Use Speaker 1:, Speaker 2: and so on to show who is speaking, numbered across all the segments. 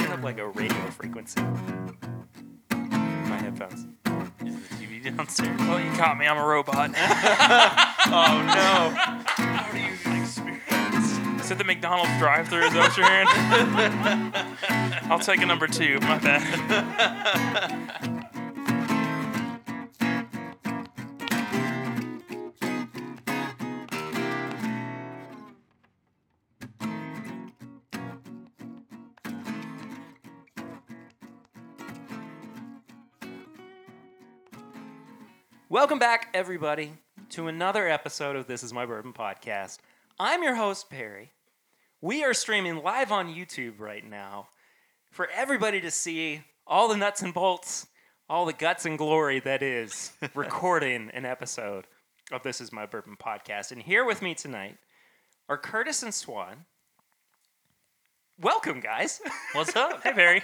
Speaker 1: have like a radio frequency. My headphones.
Speaker 2: Is the TV downstairs?
Speaker 1: Oh, you caught me. I'm a robot.
Speaker 2: Oh no! How do you experience?
Speaker 1: Is it the McDonald's drive-through? Is that what you're hearing? I'll take a number two. My bad. Welcome back, everybody, to another episode of This Is My Bourbon podcast. I'm your host, Perry. We are streaming live on YouTube right now for everybody to see all the nuts and bolts, all the guts and glory that is recording an episode of This Is My Bourbon podcast. And here with me tonight are Curtis and Swan. Welcome, guys.
Speaker 2: What's up? Hey, Barry.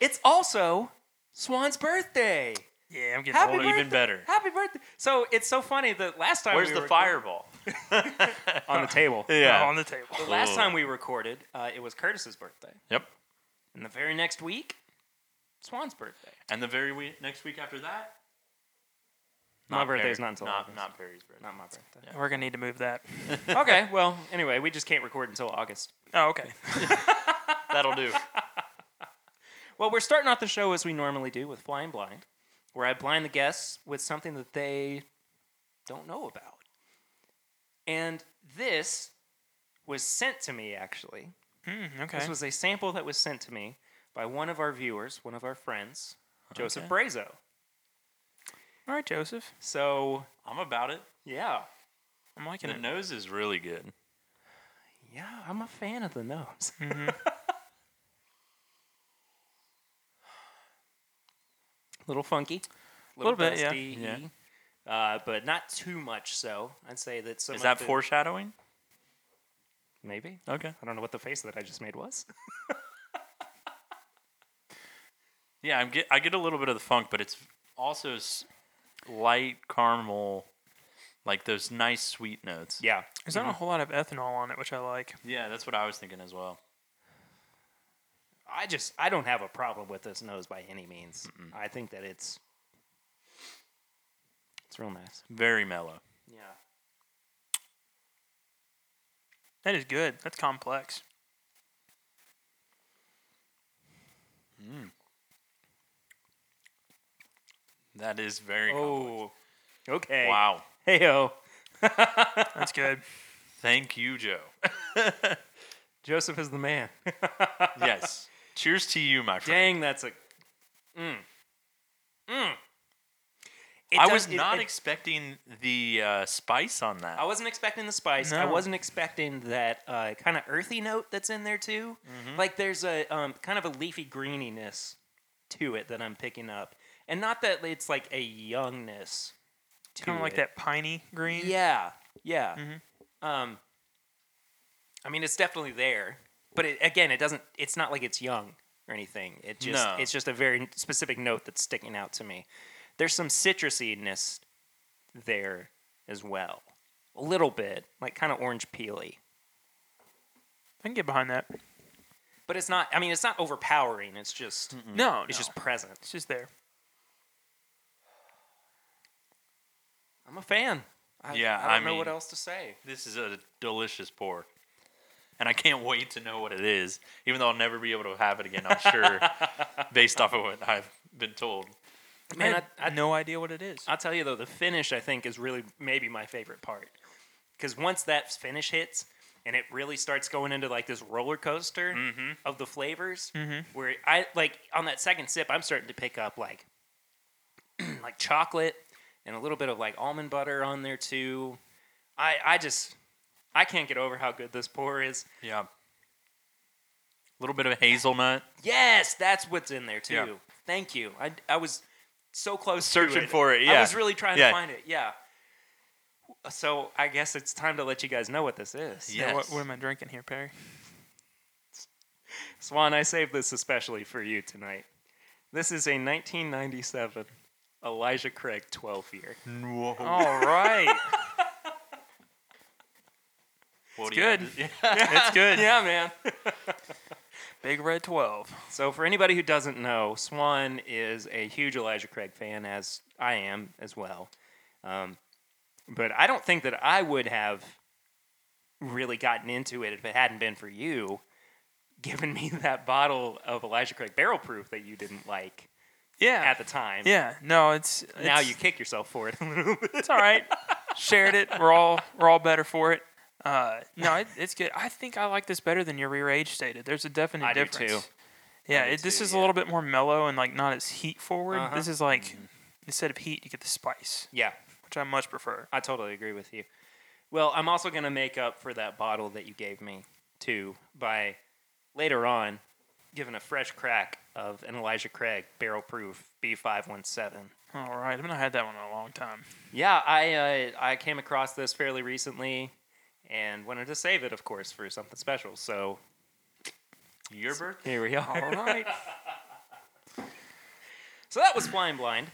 Speaker 1: It's also Swan's birthday.
Speaker 2: Yeah, I'm getting
Speaker 1: Happy
Speaker 2: older.
Speaker 1: birthday.
Speaker 2: Even better.
Speaker 1: Happy birthday. So it's so funny that last time
Speaker 2: Where's
Speaker 1: we
Speaker 2: the
Speaker 1: recorded-
Speaker 2: fireball?
Speaker 1: on the table.
Speaker 2: Yeah.
Speaker 3: on the table.
Speaker 1: The last
Speaker 2: Ooh.
Speaker 1: time we recorded, uh, it was Curtis's birthday,
Speaker 2: Yep.
Speaker 1: and the very next week, Swan's birthday.
Speaker 2: And the very we- next week after that.
Speaker 1: My birthday's
Speaker 2: Perry-
Speaker 1: not until
Speaker 2: not,
Speaker 1: August.
Speaker 2: not Perry's birthday.
Speaker 1: Not my birthday.
Speaker 3: We're gonna need to move that.
Speaker 1: okay. Well, anyway, we just can't record until August.
Speaker 3: Oh, okay.
Speaker 2: That'll do.
Speaker 1: Well, we're starting off the show as we normally do with Flying Blind, where I blind the guests with something that they don't know about. And this was sent to me actually.
Speaker 3: Mm, okay.
Speaker 1: This was a sample that was sent to me by one of our viewers, one of our friends, Joseph
Speaker 2: Okay.
Speaker 1: Brazo.
Speaker 3: All right, Joseph.
Speaker 1: So,
Speaker 2: I'm about it.
Speaker 1: yeah.
Speaker 3: I'm liking
Speaker 2: The
Speaker 3: it.
Speaker 2: nose is really good.
Speaker 1: Yeah, I'm a fan of the nose.
Speaker 3: Mm-hmm.
Speaker 1: little funky,
Speaker 3: Little bit, yeah.
Speaker 1: dusty, Uh, but not too much. So I'd say that some
Speaker 2: is
Speaker 1: of
Speaker 2: that
Speaker 1: the-
Speaker 2: foreshadowing?
Speaker 1: maybe.
Speaker 2: Okay.
Speaker 1: I don't know what the face that I just made was.
Speaker 2: Yeah, I'm get I get a little bit of the funk, but it's also s- light caramel, like those nice sweet notes.
Speaker 1: yeah,
Speaker 3: There's not a whole lot of ethanol on it, which I like.
Speaker 2: Yeah, that's what I was thinking as well.
Speaker 1: I just I don't have a problem with this nose by any means. I think that it's it's real nice.
Speaker 2: Very mellow.
Speaker 1: Yeah,
Speaker 3: That is good. That's complex.
Speaker 2: That is very.
Speaker 1: Oh. okay.
Speaker 2: complex. wow.
Speaker 1: Heyo,
Speaker 3: That's good.
Speaker 2: Thank you, Joe.
Speaker 1: Joseph is the man.
Speaker 2: yes. Cheers to you, my friend.
Speaker 1: Dang, that's a. Mm. Mm. It
Speaker 2: I
Speaker 1: does-
Speaker 2: was
Speaker 1: it-
Speaker 2: not
Speaker 1: it-
Speaker 2: expecting the uh, spice on that.
Speaker 1: I wasn't expecting the spice. I
Speaker 3: No.
Speaker 1: wasn't expecting that uh, kind of earthy note that's in there too. Like there's a um, kind of a leafy greeniness to it that I'm picking up, and not that it's like a youngness. to
Speaker 3: Kind of like
Speaker 1: it.
Speaker 3: that piney green.
Speaker 1: Yeah, yeah.
Speaker 2: Mm-hmm.
Speaker 1: Um, I mean, it's definitely there, but it, again, it doesn't. It's not like it's young or anything. It just
Speaker 2: No.
Speaker 1: it's just a very specific note that's sticking out to me. There's some citrusiness there as well, a little bit, like kind of orange peely.
Speaker 3: I can get behind that.
Speaker 1: But it's not. I mean, it's not overpowering. It's just
Speaker 3: No,
Speaker 1: it's
Speaker 3: no.
Speaker 1: just present.
Speaker 3: it's just there.
Speaker 1: I'm a fan. I,
Speaker 2: Yeah,
Speaker 1: I don't
Speaker 2: I
Speaker 1: know what
Speaker 2: mean-
Speaker 1: else to say.
Speaker 2: This is a delicious pour. And I can't wait to know what it is, even though I'll never be able to have it again, I'm sure, based off of what I've been told.
Speaker 1: Man,
Speaker 3: I, I, no idea what it is.
Speaker 1: I'll tell you though, the finish I think is really maybe my favorite part because once that finish hits and it really starts going into like this roller coaster of the flavors, where I like on that second sip, I'm starting to pick up like like chocolate and a little bit of like almond butter on there too. I I just I can't get over how good this pour is.
Speaker 2: Yeah. A little bit of hazelnut.
Speaker 1: Yes, that's what's in there too.
Speaker 2: Yeah.
Speaker 1: Thank you. I, I was so close to
Speaker 2: Searching for it,
Speaker 1: I
Speaker 2: yeah.
Speaker 1: was really trying
Speaker 2: Yeah.
Speaker 1: to find it. Yeah. So I guess it's time to let you guys know what this is.
Speaker 2: Yeah.
Speaker 3: Yeah, what,
Speaker 2: Yes.
Speaker 3: what am I drinking here, Perry?
Speaker 1: Swan, I saved this especially for you tonight. This is a 1997 Elijah Craig 12 year.
Speaker 2: Whoa.
Speaker 3: All right,
Speaker 2: What
Speaker 3: it's
Speaker 2: do you have
Speaker 3: good.
Speaker 2: to-
Speaker 3: it's good.
Speaker 1: yeah, man.
Speaker 3: Big Red 12.
Speaker 1: So, for anybody who doesn't know, Swan is a huge Elijah Craig fan, as I am as well. Um, but I don't think that I would have really gotten into it if it hadn't been for you giving me that bottle of Elijah Craig barrel proof that you didn't like
Speaker 3: Yeah.
Speaker 1: at the time.
Speaker 3: yeah. No, it's, it's
Speaker 1: Now you kick yourself for it a little bit.
Speaker 3: It's all right. Shared it. We're all we're all better for it. Uh, no, it, it's good. I think I like this better than your rear age stated. There's a definite
Speaker 1: I do
Speaker 3: difference.
Speaker 1: too.
Speaker 3: Yeah,
Speaker 1: I do
Speaker 3: it, this
Speaker 1: too,
Speaker 3: is
Speaker 1: yeah.
Speaker 3: a little bit more mellow and like not as heat forward.
Speaker 1: Uh-huh.
Speaker 3: This is like instead of heat, you get the spice,
Speaker 1: Yeah,
Speaker 3: which I much prefer.
Speaker 1: I totally agree with you. Well, I'm also going to make up for that bottle that you gave me, too, by later on giving a fresh crack of an Elijah Craig barrel proof B517.
Speaker 3: All right, I haven't had that one in a long time.
Speaker 1: Yeah, I, uh, I came across this fairly recently and wanted to save it, of course, for something special. So
Speaker 2: Your birthday?
Speaker 1: here we
Speaker 3: All
Speaker 1: are.
Speaker 3: right,
Speaker 1: So that was Flying Blind.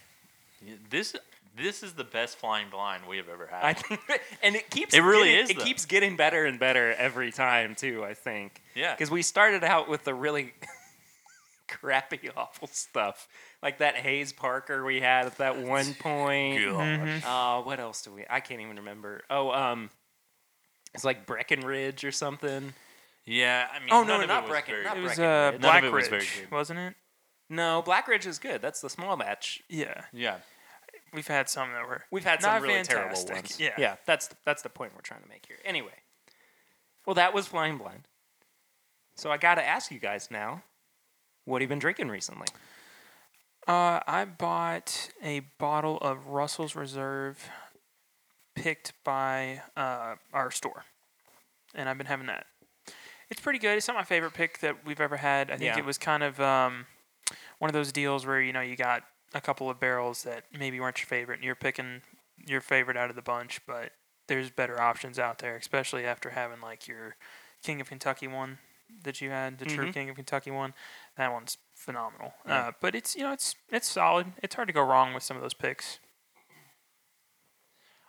Speaker 2: Yeah, This this is the best flying blind we have ever had.
Speaker 1: I think, and it keeps
Speaker 2: It really
Speaker 1: getting-
Speaker 2: is,
Speaker 1: It
Speaker 2: though.
Speaker 1: keeps getting better and better every time too. I think.
Speaker 2: Yeah.
Speaker 1: Because we started out with the really crappy, awful stuff, like that Hayes Parker we had at that one point.
Speaker 3: Mm-hmm.
Speaker 2: Gosh.
Speaker 1: Uh, what else do we? I can't even remember. Oh, um, it's like Breckenridge or something.
Speaker 2: Yeah, I mean,
Speaker 1: Oh, no,
Speaker 2: none of
Speaker 1: not
Speaker 2: it was
Speaker 1: Brecken-
Speaker 2: very
Speaker 1: not
Speaker 2: good.
Speaker 3: it was uh,
Speaker 1: Breckenridge.
Speaker 2: None of it was
Speaker 3: Blackridge,
Speaker 2: very good.
Speaker 3: was not it?
Speaker 1: No, Blackridge is good. That's the small match.
Speaker 3: Yeah,
Speaker 2: Yeah,
Speaker 3: we've had some that were
Speaker 1: We've had some
Speaker 3: Not
Speaker 1: really
Speaker 3: fantastic,
Speaker 1: terrible ones.
Speaker 3: yeah.
Speaker 1: yeah. That's that's the point we're trying to make here. Anyway, well, that was flying blind. So I got to ask you guys now, what have you been drinking recently?
Speaker 3: Uh, I bought a bottle of Russell's Reserve picked by uh, our store, and I've been having that. It's pretty good. It's not my favorite pick that we've ever had. I think
Speaker 1: Yeah.
Speaker 3: it was kind of um, one of those deals where you know you got a couple of barrels that maybe weren't your favorite, and you're picking your favorite out of the bunch, but there's better options out there, especially after having like your King of Kentucky one that you had, the true
Speaker 1: Mhm.
Speaker 3: King of Kentucky one. That one's phenomenal. Uh, but it's you know it's it's solid. It's hard to go wrong with some of those picks.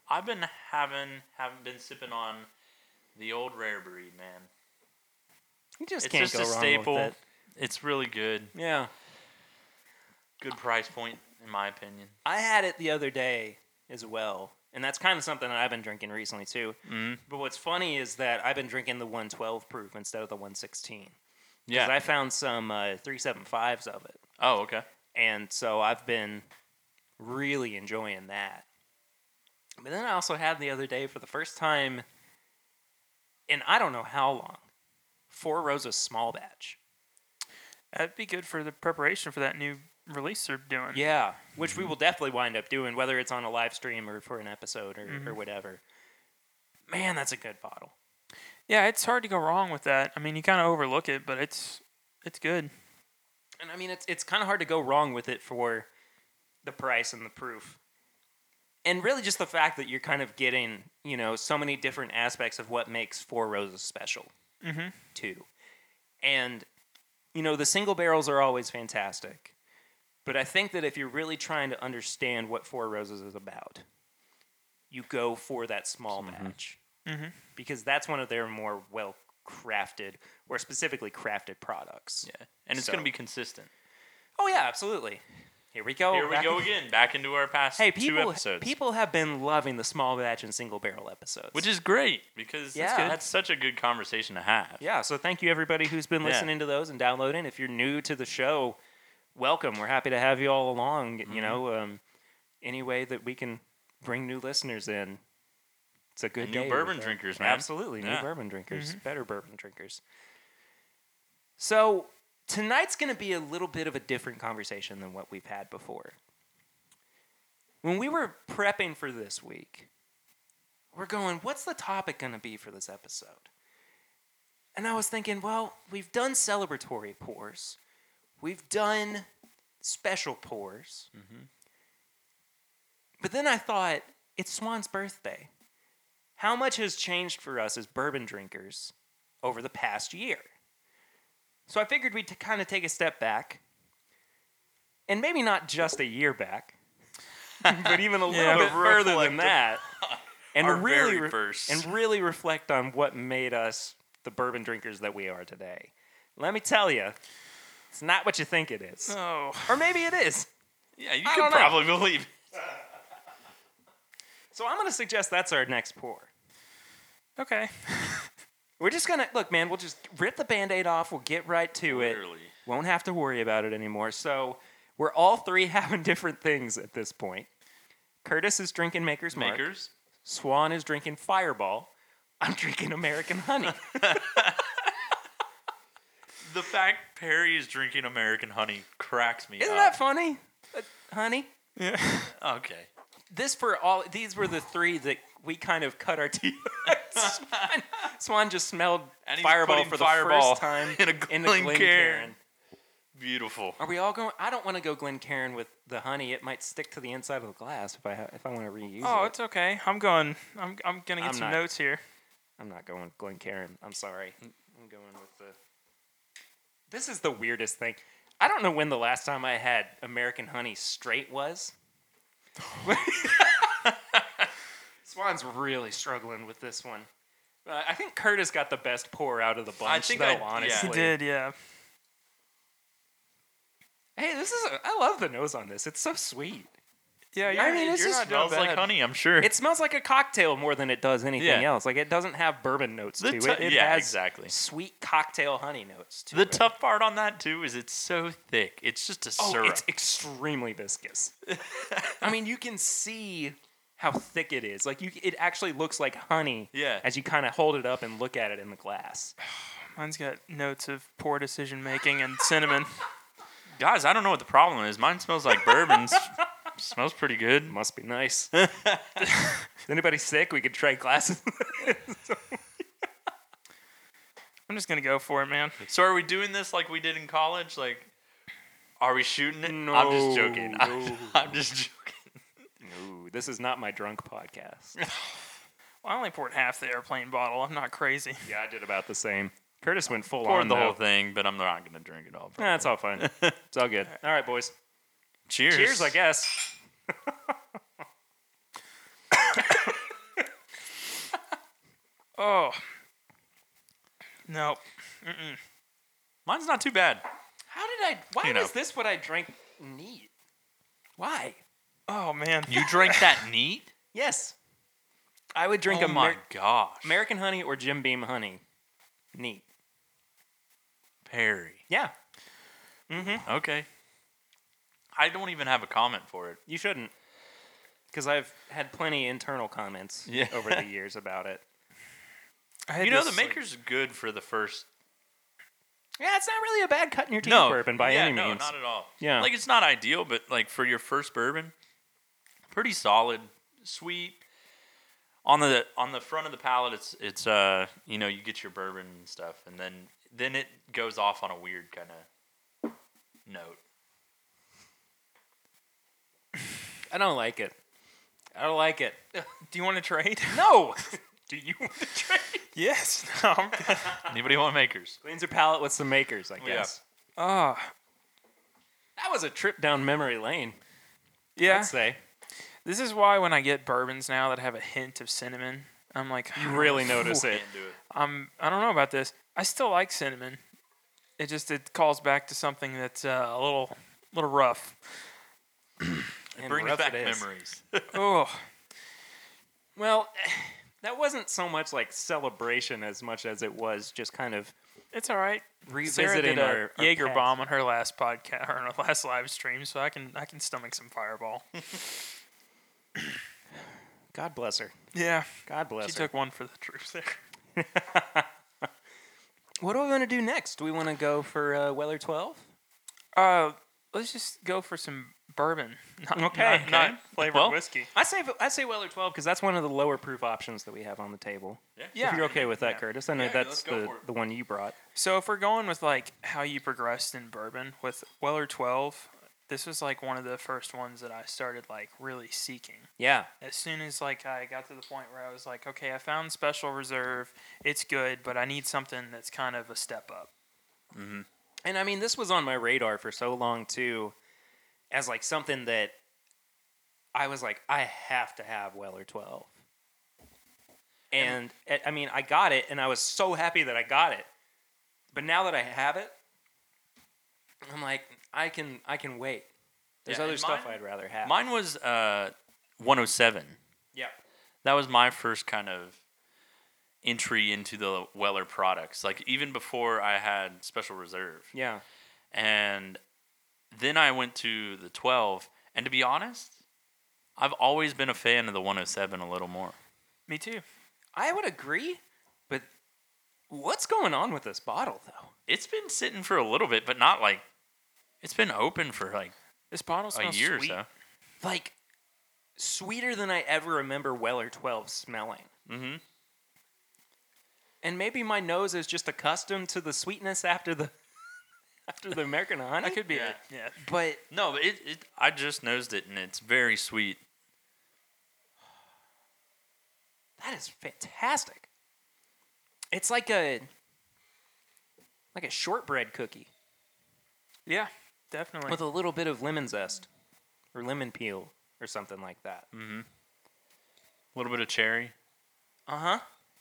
Speaker 2: I've been having haven't been sipping on the old rare breed, man.
Speaker 1: You just
Speaker 2: It's
Speaker 1: can't
Speaker 2: just
Speaker 1: go
Speaker 2: a
Speaker 1: wrong
Speaker 2: staple.
Speaker 1: with it.
Speaker 2: It's really good.
Speaker 1: Yeah,
Speaker 2: Good price point, in my opinion.
Speaker 1: I had it the other day as well, and that's kind of something that I've been drinking recently too.
Speaker 2: Mm.
Speaker 1: But what's funny is that I've been drinking the 112 proof instead of the 116 because
Speaker 2: Yeah.
Speaker 1: I found some uh, 375s of it,
Speaker 2: oh, okay.
Speaker 1: and so I've been really enjoying that. But then I also had the other day for the first time in I don't know how long, Four Roses small batch.
Speaker 3: That'd be good for the preparation for that new release they're doing.
Speaker 1: Yeah, which we will definitely wind up doing, whether it's on a live stream or for an episode or, or
Speaker 3: Mhm.
Speaker 1: whatever. Man, that's a good bottle.
Speaker 3: yeah, it's hard to go wrong with that. I mean, you kind of overlook it, but it's it's good.
Speaker 1: And I mean, it's it's kind of hard to go wrong with it for the price and the proof, and really just the fact that you're kind of getting you know so many different aspects of what makes Four Roses special.
Speaker 3: Mm-hmm.
Speaker 1: too. And you know, the single barrels are always fantastic. But I think that if you're really trying to understand what Four Roses is about, you go for that small batch
Speaker 3: Mhm.
Speaker 1: because that's one of their more well crafted or specifically crafted products.
Speaker 2: Yeah, and it's
Speaker 1: So-
Speaker 2: gonna be consistent.
Speaker 1: Oh yeah, absolutely. Here we go.
Speaker 2: Here we
Speaker 1: Oh, back
Speaker 2: go
Speaker 1: in-
Speaker 2: again, back into our past
Speaker 1: Hey, people!
Speaker 2: two episodes,
Speaker 1: People have been loving the small batch and single barrel episodes,
Speaker 2: which is great because
Speaker 1: Yeah.
Speaker 2: that's, good. that's such a good conversation to have.
Speaker 1: Yeah, so thank you everybody who's been
Speaker 2: Yeah.
Speaker 1: listening to those and downloading. If you're new to the show, welcome. We're happy to have you all along.
Speaker 2: Mm-hmm.
Speaker 1: You know, um, any way that we can bring new listeners in, it's a good
Speaker 2: New
Speaker 1: day
Speaker 2: bourbon
Speaker 1: with, uh,
Speaker 2: drinkers, man.
Speaker 1: Absolutely, new
Speaker 2: Yeah.
Speaker 1: bourbon drinkers, better bourbon drinkers. So tonight's going to be a little bit of a different conversation than what we've had before. When we were prepping for this week, we're going, what's the topic going to be for this episode? And I was thinking, well, we've done celebratory pours, we've done special pours.
Speaker 2: Mm-hmm.
Speaker 1: But then I thought, it's Swan's birthday. How much has changed for us as bourbon drinkers over the past year? So I figured we'd kind of take a step back, and maybe not just a year back, but even a little
Speaker 3: Yeah.
Speaker 1: bit further than
Speaker 2: Reflective.
Speaker 1: that, and
Speaker 2: Our
Speaker 1: really
Speaker 2: very
Speaker 1: re-
Speaker 2: first.
Speaker 1: and really reflect on what made us the bourbon drinkers that we are today. Let me tell you, it's not what you think it is.
Speaker 3: Oh,
Speaker 1: Or maybe it is.
Speaker 2: Yeah, you
Speaker 1: I
Speaker 2: can
Speaker 1: don't know.
Speaker 2: probably believe. it.
Speaker 1: So I'm going to suggest that's our next pour.
Speaker 3: okay.
Speaker 1: We're just going to, look, man, we'll just rip the band aid off. We'll get right to it.
Speaker 2: Literally.
Speaker 1: Won't have to worry about it anymore. So we're all three having different things at this point. Curtis is drinking Maker's Mark.
Speaker 2: Makers.
Speaker 1: Swan is drinking Fireball. I'm drinking American Honey.
Speaker 2: The fact Perry is drinking American honey cracks me
Speaker 1: Isn't
Speaker 2: up.
Speaker 1: that funny? Uh, honey?
Speaker 3: Yeah.
Speaker 2: okay.
Speaker 1: this for all these were the three that we kind of cut our teeth. Swan, Swan just smelled
Speaker 2: And he's
Speaker 1: fireball
Speaker 2: putting
Speaker 1: for the
Speaker 2: Fireball
Speaker 1: first time
Speaker 2: in a Glencairn.
Speaker 1: Glencairn.
Speaker 2: Beautiful.
Speaker 1: Are we all going? I don't want to go Glencairn with the honey. It might stick to the inside of the glass if I ha- if I want to reuse
Speaker 3: Oh,
Speaker 1: it.
Speaker 3: it's okay. I'm going. I'm I'm gonna get
Speaker 1: I'm
Speaker 3: some
Speaker 1: not.
Speaker 3: notes here.
Speaker 1: I'm not going Glencairn. I'm sorry. I'm going with the. This is the weirdest thing. I don't know when the last time I had American honey straight was. Swan's really struggling with this one. Uh, I think Curtis got the best pour out of the bunch,
Speaker 2: think
Speaker 1: though.
Speaker 2: I- yeah.
Speaker 1: honestly,
Speaker 3: He did, yeah.
Speaker 1: Hey, this is. A, I love the nose on this. It's so sweet.
Speaker 3: Yeah, you're,
Speaker 1: I mean, it's
Speaker 3: you're
Speaker 1: just
Speaker 3: not doing
Speaker 2: Smells like
Speaker 3: bad.
Speaker 2: honey, I'm sure.
Speaker 1: It smells like a cocktail more than it does anything
Speaker 2: Yeah.
Speaker 1: else. Like it doesn't have bourbon notes
Speaker 2: The
Speaker 1: to
Speaker 2: tou-
Speaker 1: it. It
Speaker 2: yeah,
Speaker 1: has
Speaker 2: exactly.
Speaker 1: sweet cocktail honey notes. To
Speaker 2: The
Speaker 1: it.
Speaker 2: tough part on that too is it's so thick. It's just a
Speaker 1: Oh,
Speaker 2: syrup.
Speaker 1: it's extremely viscous. I mean, you can see how thick it is. Like you, it actually looks like honey.
Speaker 2: Yeah.
Speaker 1: As you kind of hold it up and look at it in the glass.
Speaker 3: Mine's got notes of poor decision making and cinnamon.
Speaker 2: Guys, I don't know what the problem is. Mine smells like bourbon. S- smells pretty good.
Speaker 1: Must be nice. is anybody sick? We could trade glasses.
Speaker 3: I'm just gonna go for it, man.
Speaker 2: So are we doing this like we did in college? Like, are we shooting it? I'm just joking.
Speaker 1: No,
Speaker 2: I'm,
Speaker 1: no.
Speaker 2: I'm just joking.
Speaker 1: no, this is not my drunk podcast.
Speaker 3: Well, I only poured half the airplane bottle. I'm not crazy.
Speaker 1: Yeah, I did about the same. Curtis went full
Speaker 2: Poured
Speaker 1: on
Speaker 2: the
Speaker 1: though.
Speaker 2: whole thing, but I'm not gonna drink it all.
Speaker 1: Nah, it's all fine. it's all good. All right, boys.
Speaker 2: Cheers.
Speaker 1: Cheers, I guess.
Speaker 3: Oh. No.
Speaker 2: Mine's not too bad.
Speaker 1: How did I? Why
Speaker 2: You know.
Speaker 1: was this what I drank neat? Why?
Speaker 3: Oh man.
Speaker 2: You drank that neat?
Speaker 1: Yes. I would drink
Speaker 2: oh
Speaker 1: a
Speaker 2: my
Speaker 1: Mer-
Speaker 2: gosh,
Speaker 1: American honey or Jim Beam honey. Neat.
Speaker 2: Perry.
Speaker 1: Yeah,
Speaker 2: Okay. I don't even have a comment for it.
Speaker 1: you shouldn't. Because I've had plenty internal comments
Speaker 2: Yeah.
Speaker 1: over the years about it.
Speaker 3: I had
Speaker 2: You know, the
Speaker 3: this, like-
Speaker 2: maker's good for the first
Speaker 1: Yeah, it's not really a bad cut in your teeth bourbon by
Speaker 2: yeah,
Speaker 1: any
Speaker 2: no,
Speaker 1: means.
Speaker 2: not at all.
Speaker 1: Yeah.
Speaker 2: like it's not ideal, but like for your first bourbon, pretty solid, sweet. On the on the front of the palate, it's it's uh you know you get your bourbon and stuff, and then then it goes off on a weird kind of note.
Speaker 1: I don't like it. I don't like it.
Speaker 3: Do you want to trade?
Speaker 1: No! Do you want to try?
Speaker 3: yes. No. I'm good.
Speaker 2: Anybody want makers?
Speaker 1: Cleans your palate with some makers, I guess.
Speaker 3: Oh.
Speaker 1: That was a trip down memory lane,
Speaker 3: Yeah.
Speaker 1: I'd say.
Speaker 3: This is why when I get bourbons now that have a hint of cinnamon, I'm like,
Speaker 1: You really
Speaker 3: "Oh,
Speaker 1: notice it.
Speaker 2: Can't do it.
Speaker 3: I'm I don't know about this. I still like cinnamon. It just it calls back to something that's uh, a little little rough.
Speaker 1: And
Speaker 2: Brings
Speaker 1: rough
Speaker 2: back
Speaker 1: it is.
Speaker 2: memories.
Speaker 3: Oh,
Speaker 1: Well, that wasn't so much like celebration as much as it was just kind of
Speaker 3: it's all right. Sarah
Speaker 1: revisiting
Speaker 3: did
Speaker 1: our,
Speaker 3: a
Speaker 1: our
Speaker 3: Jaeger
Speaker 1: past.
Speaker 3: bomb on her last podcast or on her last live stream, so I can I can stomach some Fireball.
Speaker 1: God bless her.
Speaker 3: yeah,
Speaker 1: God bless
Speaker 3: she
Speaker 1: her.
Speaker 3: took one for the troops there.
Speaker 1: what do we want to do next? Do we want to go for uh, Weller 12?
Speaker 3: Uh, let's just go for some bourbon. Not,
Speaker 1: Okay.
Speaker 3: not, not
Speaker 2: Okay.
Speaker 3: flavored
Speaker 2: Well,
Speaker 3: whiskey.
Speaker 1: I say I say Weller 12 because that's one of the lower proof options that we have on the table.
Speaker 3: Yeah.
Speaker 1: If you're okay with that,
Speaker 3: Yeah.
Speaker 1: Curtis, I know
Speaker 2: Yeah,
Speaker 1: that's
Speaker 2: let's go
Speaker 1: the,
Speaker 2: for it.
Speaker 1: the one you brought.
Speaker 3: So if we're going with like how you progressed in bourbon with Weller 12, this was like one of the first ones that I started like really seeking.
Speaker 1: Yeah.
Speaker 3: As soon as like I got to the point where I was like, okay, I found Special Reserve, it's good, but I need something that's kind of a step up.
Speaker 1: And I mean, this was on my radar for so long too, as like something that I was like, I have to have Weller twelve. eh, And, and I mean, I got it, and I was so happy that I got it. But now that I have it, I'm like, I can I can wait. There's
Speaker 2: Yeah,
Speaker 1: other
Speaker 2: and
Speaker 1: stuff
Speaker 2: mine-
Speaker 1: I'd rather have.
Speaker 2: Mine was uh, 107.
Speaker 1: yeah.
Speaker 2: That was my first kind of entry into the Weller products. Like even before I had Special Reserve,
Speaker 1: Yeah.
Speaker 2: and then I went to the 12. And to be honest, I've always been a fan of the 107 a little more.
Speaker 3: Me too.
Speaker 1: I would agree, but what's going on with this bottle though?
Speaker 2: It's been sitting for a little bit, but not like it's been open for like
Speaker 3: This bottle
Speaker 2: a
Speaker 3: smells
Speaker 2: year
Speaker 3: sweet.
Speaker 2: or
Speaker 1: Like sweeter than I ever remember Weller 12 smelling.
Speaker 2: so. Mm-hmm.
Speaker 1: And maybe my nose is just accustomed to the sweetness after the after the American honey.
Speaker 3: That could be
Speaker 2: Yeah.
Speaker 3: it. Yeah.
Speaker 1: but
Speaker 2: No, but it, it I just nosed it and it's very sweet.
Speaker 1: That is fantastic. It's like a like a shortbread cookie
Speaker 3: Yeah. Definitely.
Speaker 1: with a little bit of lemon zest or lemon peel or something like that.
Speaker 2: A little bit of cherry.
Speaker 1: Uh-huh.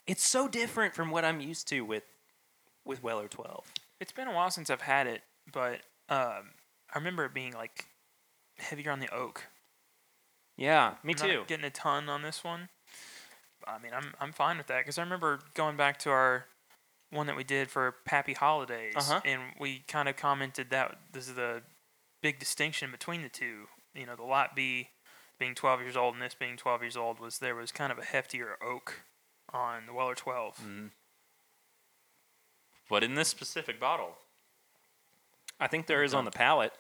Speaker 1: It's so different from what I'm used to with with Weller 12.
Speaker 3: It's been a while since I've had it, but um, I remember it being like heavier on the oak.
Speaker 1: Yeah, me
Speaker 3: I'm not getting a ton on this one. I mean, I'm I'm fine with that because I remember going back to our one that we did for Pappy Holidays,
Speaker 1: Uh-huh.
Speaker 3: and we kind of commented that this is the big distinction between the two. You know, the lot B being 12 years old and this being 12 years old was there was kind of a heftier oak on the Weller 12.
Speaker 2: But in this specific bottle,
Speaker 1: I think there is on the palate.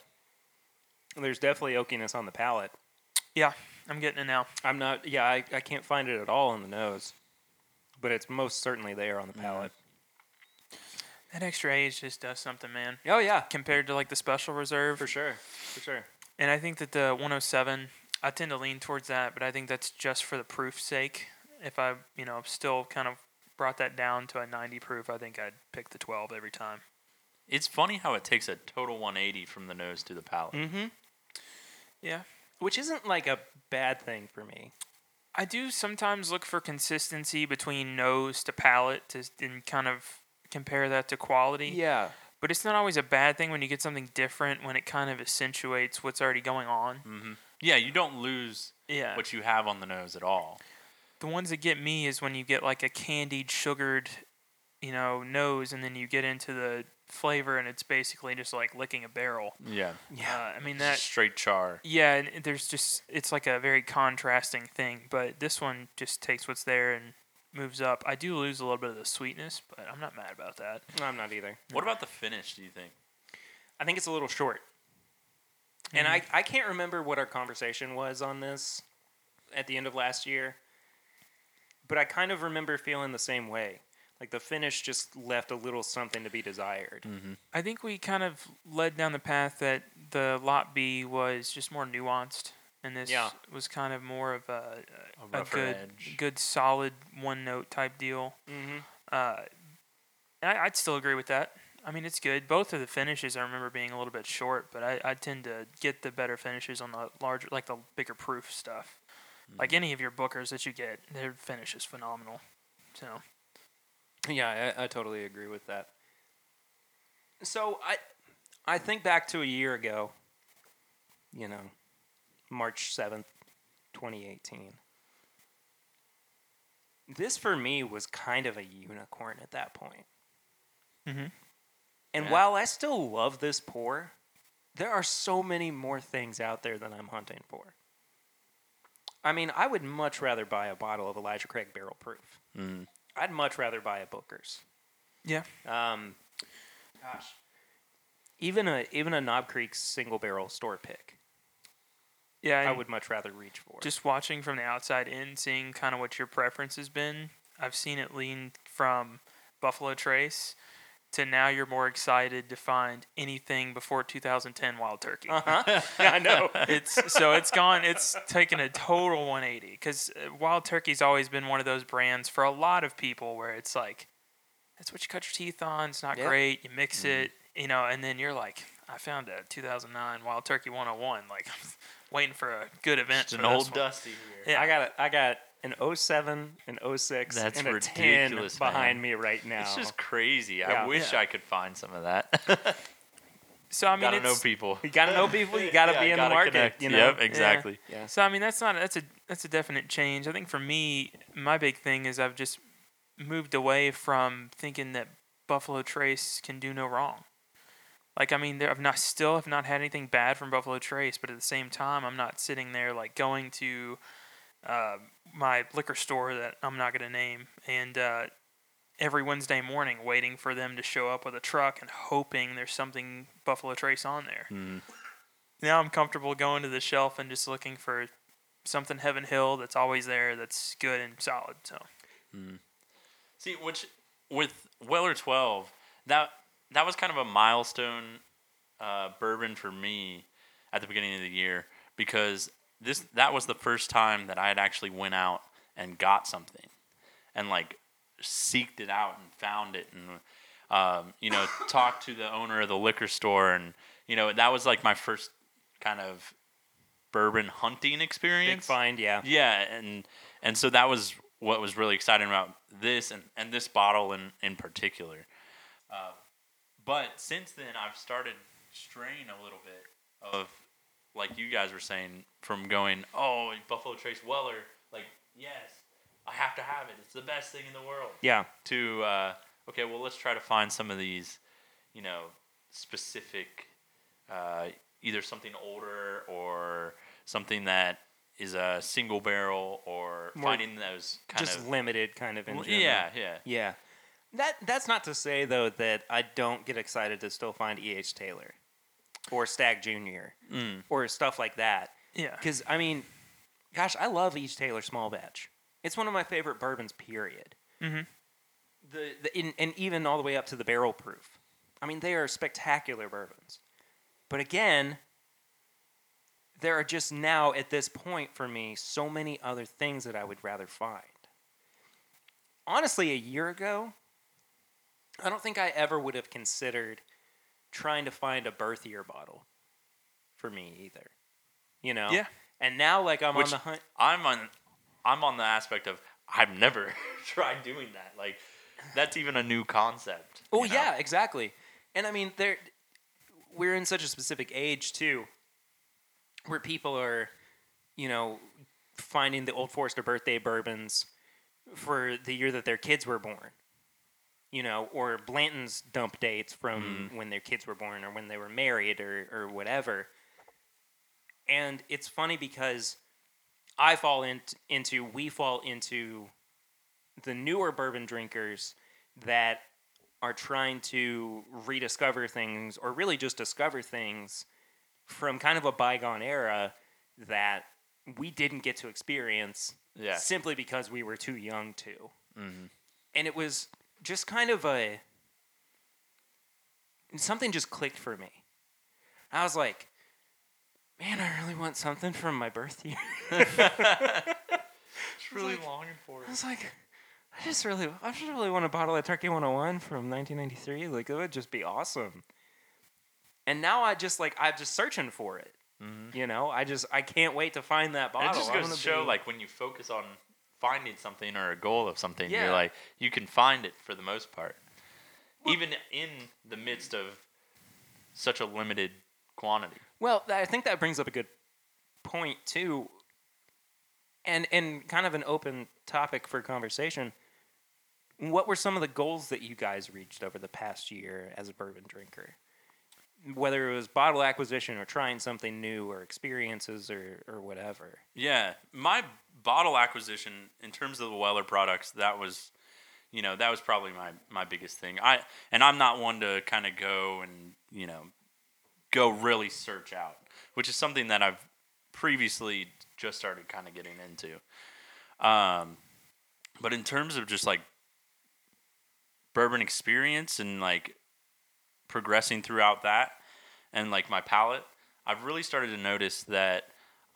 Speaker 1: There's definitely oakiness on the palate.
Speaker 3: Yeah, I'm getting it now.
Speaker 1: I'm not yeah, I, I can't find it at all on the nose. But it's most certainly there on the palate.
Speaker 3: That extra age just does something, man.
Speaker 1: Oh yeah,
Speaker 3: Compared to like the special reserve,
Speaker 1: for sure. For sure.
Speaker 3: And I think that the 107, I tend to lean towards that, but I think that's just for the proof's sake. If I, you know, still kind of brought that down to a 90 proof, I think I'd pick the 12 every time.
Speaker 2: it's funny how it takes a total 180 from the nose to the palate.
Speaker 1: Mhm.
Speaker 3: Yeah.
Speaker 1: which isn't like a bad thing for me.
Speaker 3: I do sometimes look for consistency between nose to palate to, and kind of compare that to quality.
Speaker 1: Yeah.
Speaker 3: But it's not always a bad thing when you get something different when it kind of accentuates what's already going on.
Speaker 2: Mm-hmm. Yeah, you don't lose
Speaker 3: Yeah.
Speaker 2: what you have on the nose at all.
Speaker 3: The ones that get me is when you get like a candied, sugared, you know, nose, and then you get into the flavor, and it's basically just like licking a barrel.
Speaker 2: Yeah.
Speaker 3: Uh, I mean that.
Speaker 2: straight char.
Speaker 3: Yeah, and there's just it's like a very contrasting thing, but this one just takes what's there and moves up. I do lose a little bit of the sweetness, but I'm not mad about that.
Speaker 1: I'm not either.
Speaker 2: What about the finish, do you think?
Speaker 1: I think it's a little short. And I, I can't remember what our conversation was on this at the end of last year, but I kind of remember feeling the same way. Like the finish just left a little something to be desired.
Speaker 2: Mm-hmm.
Speaker 3: I think we kind of led down the path that the lot B was just more nuanced, and this
Speaker 1: Yeah.
Speaker 3: was kind of more of a
Speaker 2: A
Speaker 3: a
Speaker 2: rougher
Speaker 3: good,
Speaker 2: edge.
Speaker 3: good solid one note type deal.
Speaker 1: Mm-hmm.
Speaker 3: Uh, I, I'd still agree with that. I mean, it's good. Both of the finishes I remember being a little bit short, but I, I tend to get the better finishes on the larger, like the bigger proof stuff. Like
Speaker 1: Mm-hmm.
Speaker 3: any of your bookers that you get, their finish is phenomenal. So
Speaker 1: Yeah, I, I totally agree with that. So I, I think back to a year ago. You know, March seventh, twenty eighteen. This for me was kind of a unicorn at that point.
Speaker 3: Mhm.
Speaker 1: And
Speaker 2: Yeah.
Speaker 1: while I still love this pour, there are so many more things out there that I'm hunting for. I mean, I would much rather buy a bottle of Elijah Craig Barrel Proof.
Speaker 2: Mm.
Speaker 1: I'd much rather buy a Booker's.
Speaker 3: yeah,
Speaker 1: Um, gosh, even a even a Knob Creek single barrel store pick,
Speaker 3: yeah.
Speaker 1: I
Speaker 3: and
Speaker 1: would much rather reach for.
Speaker 3: just watching from the outside in, seeing kind of what your preference has been. I've seen it lean from Buffalo Trace to now. You're more excited to find anything before 2010 Wild Turkey.
Speaker 1: uh huh. yeah, I know.
Speaker 3: it's so it's gone. It's taken a total 180 because uh, Wild Turkey's always been one of those brands for a lot of people where it's like, that's what you cut your teeth on. It's not
Speaker 1: Yeah.
Speaker 3: great. You mix
Speaker 2: Mm-hmm.
Speaker 3: it, you know, and then you're like, I found a 2009 Wild oh Turkey 101. Like, I'm waiting for a good event.
Speaker 2: It's
Speaker 3: for
Speaker 2: an
Speaker 3: this
Speaker 2: old
Speaker 3: one.
Speaker 2: dusty here.
Speaker 3: Yeah.
Speaker 1: I got I got an 07, an 06,
Speaker 2: That's
Speaker 1: and a 10
Speaker 2: ridiculous,
Speaker 1: behind me right now.
Speaker 2: It's just crazy.
Speaker 1: Yeah.
Speaker 2: I wish
Speaker 3: Yeah.
Speaker 2: I could find some of that.
Speaker 3: So I mean,
Speaker 2: gotta
Speaker 3: it's,
Speaker 2: know people.
Speaker 1: you gotta know people. You gotta
Speaker 2: Yeah,
Speaker 1: be in
Speaker 2: gotta
Speaker 1: the market.
Speaker 2: connect.
Speaker 1: You know.
Speaker 2: Yep, exactly.
Speaker 1: Yeah.
Speaker 3: So I mean that's not that's a that's a definite change. I think for me, my big thing is I've just moved away from thinking that Buffalo Trace can do no wrong. Like I mean, there, I've not still have not had anything bad from Buffalo Trace, but at the same time, I'm not sitting there like going to uh, my liquor store that I'm not going to name and uh, every Wednesday morning waiting for them to show up with a truck and hoping there's something Buffalo Trace on there
Speaker 2: Mm.
Speaker 3: now I'm comfortable going to the shelf and just looking for something Heaven Hill that's always there that's good and solid. So
Speaker 2: See, which with Weller Twelve, that that was kind of a milestone uh, bourbon for me at the beginning of the year because this that was the first time that I had actually went out and got something and like seeked it out and found it and um, you know talked to the owner of the liquor store and you know that was like my first kind of bourbon hunting
Speaker 1: Big
Speaker 2: experience.
Speaker 1: find. Yeah.
Speaker 2: Yeah, and and so that was what was really exciting about this and, and this bottle in in particular. Uh, but since then, I've started straying a little bit of like you guys were saying from going, oh, Buffalo Trace Weller, like yes, I have to have it. It's the best thing in the world.
Speaker 1: Yeah.
Speaker 2: To uh, okay, well, let's try to find some of these, you know, specific uh, either something older or something that is a single barrel or
Speaker 1: More
Speaker 2: finding those kind
Speaker 1: Just
Speaker 2: of
Speaker 1: limited kind of in general.
Speaker 2: yeah yeah
Speaker 1: Yeah. That that's not to say though that I don't get excited to still find E.H. Taylor or Stag Jr.
Speaker 2: Mm.
Speaker 1: or stuff like that.
Speaker 3: yeah,
Speaker 1: Cuz I mean, gosh, I love E.H. Taylor small batch. It's one of my favorite bourbons period.
Speaker 3: Mhm.
Speaker 1: The, the in, and even all the way up to the barrel proof. I mean, they are spectacular bourbons. But again, there are just now at this point for me so many other things that I would rather find. Honestly, a year ago, I don't think I ever would have considered trying to find a birthier bottle for me either. You know?
Speaker 3: Yeah.
Speaker 1: And now, like, I'm on
Speaker 2: Which-
Speaker 1: the hunt.
Speaker 2: I'm on I'm on the aspect of I've never tried doing that like that's even a new concept
Speaker 1: Oh
Speaker 2: you know?
Speaker 1: yeah, exactly. And I mean, there we're in such a specific age too, where people are, you know, finding the Old Forester birthday bourbons for the year that their kids were born, you know, or Blanton's dump dates from
Speaker 2: Mm-hmm.
Speaker 1: when their kids were born or when they were married or or whatever. And it's funny because I fall in, into we fall into the newer bourbon drinkers that are trying to rediscover things or really just discover things from kind of a bygone era that we didn't get to experience
Speaker 2: yeah
Speaker 1: simply because we were too young to.
Speaker 2: Mhm.
Speaker 1: And it was just kind of a something just clicked for me. I was like, man, I really want something from my birth year.
Speaker 2: it's really longing for
Speaker 1: I was like, I just really, I just really want a bottle of Turkey 101 from 1993. Like, it would just be awesome. And now I just like, I'm just searching for it. You know, I just, I can't wait to find that bottle.
Speaker 2: Mm-hmm. it just
Speaker 1: I
Speaker 2: goes
Speaker 1: wanna
Speaker 2: to show
Speaker 1: be-
Speaker 2: like when you focus on finding something or a goal of something
Speaker 1: Yeah.
Speaker 2: you're like you can find it for the most part even in the midst of such a limited quantity
Speaker 1: Well, th- I think that brings up a good point too, and and kind of an open topic for conversation. What were some of the goals that you guys reached over the past year as a bourbon drinker? Whether it was bottle acquisition or trying something new or experiences or, or whatever.
Speaker 2: Yeah, my bottle acquisition in terms of the Weller products, that was, you know, that was probably my my biggest thing. I and I'm not one to kind of go and you know, go really search out, which is something that I've previously just started kind of getting into. Um, but in terms of just like bourbon experience and like progressing throughout that, and like my palate, I've really started to notice that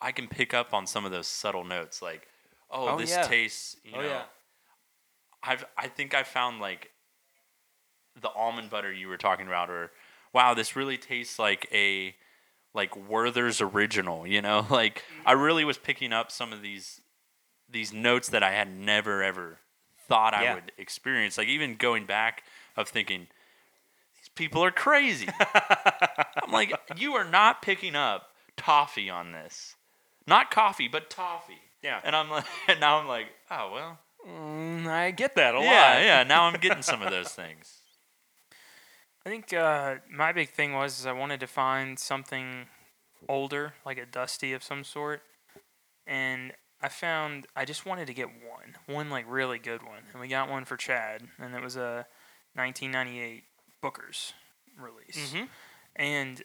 Speaker 2: I can pick up on some of those subtle notes, like, oh,
Speaker 1: Oh,
Speaker 2: this
Speaker 1: yeah.
Speaker 2: tastes, you
Speaker 1: Oh,
Speaker 2: know.
Speaker 1: yeah.
Speaker 2: I've I think I found like the almond butter you were talking about, or wow, this really tastes like a
Speaker 1: Mm-hmm.
Speaker 2: like Werther's original, you know? Like I really was picking up some of these these notes that I had never ever thought I
Speaker 1: Yeah.
Speaker 2: would experience. Like even going back of thinking these people are crazy. I'm like you are not picking up toffee on this. Not coffee, but toffee.
Speaker 1: Yeah.
Speaker 2: And I'm like and now I'm like, oh well.
Speaker 1: Mm, I get that a
Speaker 2: yeah,
Speaker 1: lot.
Speaker 2: yeah, now I'm getting some of those things.
Speaker 3: I think uh, my big thing was is I wanted to find something older, like a dusty of some sort, and I found I just wanted to get one, one like really good one, and we got one for Chad, and it was a 1998 Booker's release,
Speaker 1: Mhm.
Speaker 3: and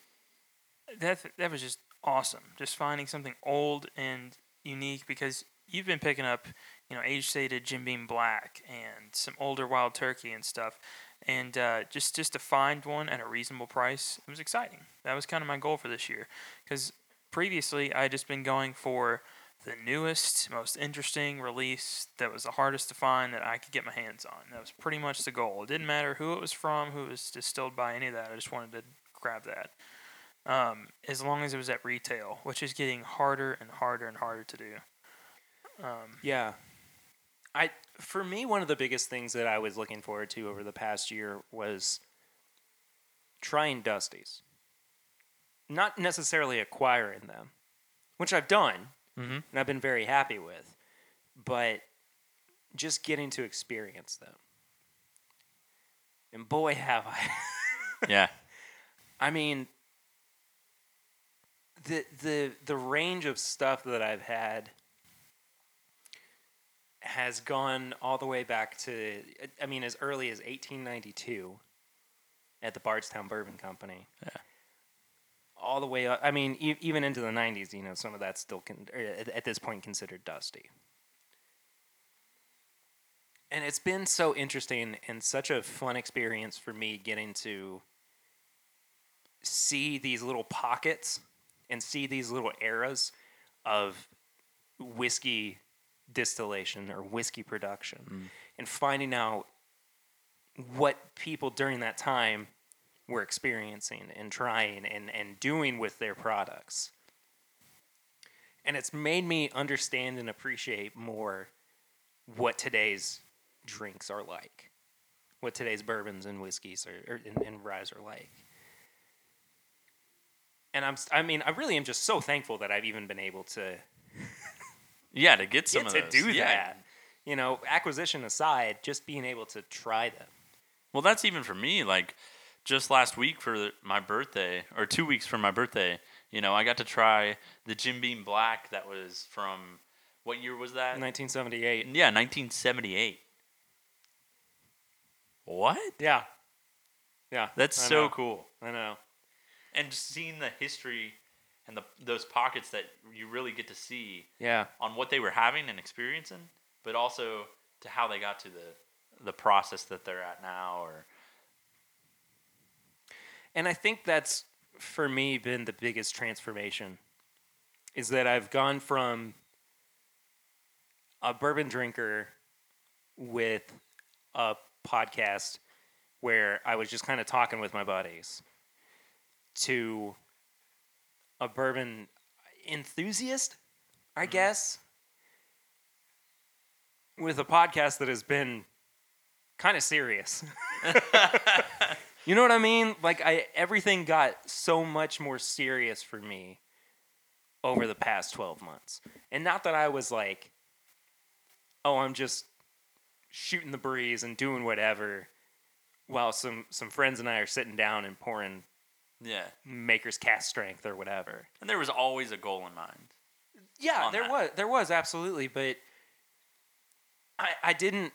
Speaker 3: that that was just awesome, just finding something old and unique because you've been picking up, you know, age stated Jim Beam Black and some older Wild Turkey and stuff and uh, just just to find one at a reasonable price, it was exciting. That was kind of my goal for this year, because previously I had just been going for the newest, most interesting release that was the hardest to find that I could get my hands on. That was pretty much the goal. It didn't matter who it was from, who it was distilled by, any of that. I just wanted to grab that. Um, as long as it was at retail, which is getting harder and harder and harder to do. Um,
Speaker 1: Yeah. I for me one of the biggest things that I was looking forward to over the past year was trying dusties. Not necessarily acquiring them, which I've done
Speaker 2: Mhm.
Speaker 1: and I've been very happy with, but just getting to experience them. And boy have I.
Speaker 2: Yeah.
Speaker 1: I mean, the the the range of stuff that I've had has gone all the way back to I mean as early as 1892 at the Bardstown Bourbon Company. Yeah. All the way up, I mean e- even into the 90s, you know, some of that's still con- or at, at this point considered dusty. And it's been so interesting and such a fun experience for me getting to see these little pockets and see these little eras of whiskey distillation or whiskey production and finding out what people during that time were experiencing and trying and, and doing with their products. And it's made me understand and appreciate more what today's drinks are like, what today's bourbons and whiskeys are, or, and, and ryes are like and I'm I mean I really am just so thankful that I've even been able to
Speaker 2: Yeah, to get some
Speaker 1: get
Speaker 2: of
Speaker 1: to do
Speaker 2: those. Yeah.
Speaker 1: that. You know, acquisition aside, just being able to try them.
Speaker 2: Well, that's even for me. Like, just last week for the- my birthday, or two weeks for my birthday, you know, I got to try the Jim Beam Black that was from what year was that?
Speaker 1: 1978.
Speaker 2: yeah, 1978. What?
Speaker 1: Yeah. Yeah.
Speaker 2: That's
Speaker 1: I
Speaker 2: so
Speaker 1: know.
Speaker 2: cool.
Speaker 1: I know.
Speaker 2: And just seeing the history and the, those pockets that you really get to see
Speaker 1: Yeah.
Speaker 2: on what they were having and experiencing, but also to how they got to the the process that they're at now or
Speaker 1: And I think that's for me been the biggest transformation is that I've gone from a bourbon drinker with a podcast where I was just kind of talking with my buddies to a bourbon enthusiast, I guess, with a podcast that has been kind of serious. You know what I mean? Like I everything got so much more serious for me over the past 12 months. And not that I was like oh, I'm just shooting the breeze and doing whatever while some some friends and I are sitting down and pouring
Speaker 2: yeah.
Speaker 1: maker's cast strength or whatever.
Speaker 2: And there was always a goal in mind.
Speaker 1: Yeah,
Speaker 2: on
Speaker 1: there
Speaker 2: that.
Speaker 1: was there was absolutely, but I I didn't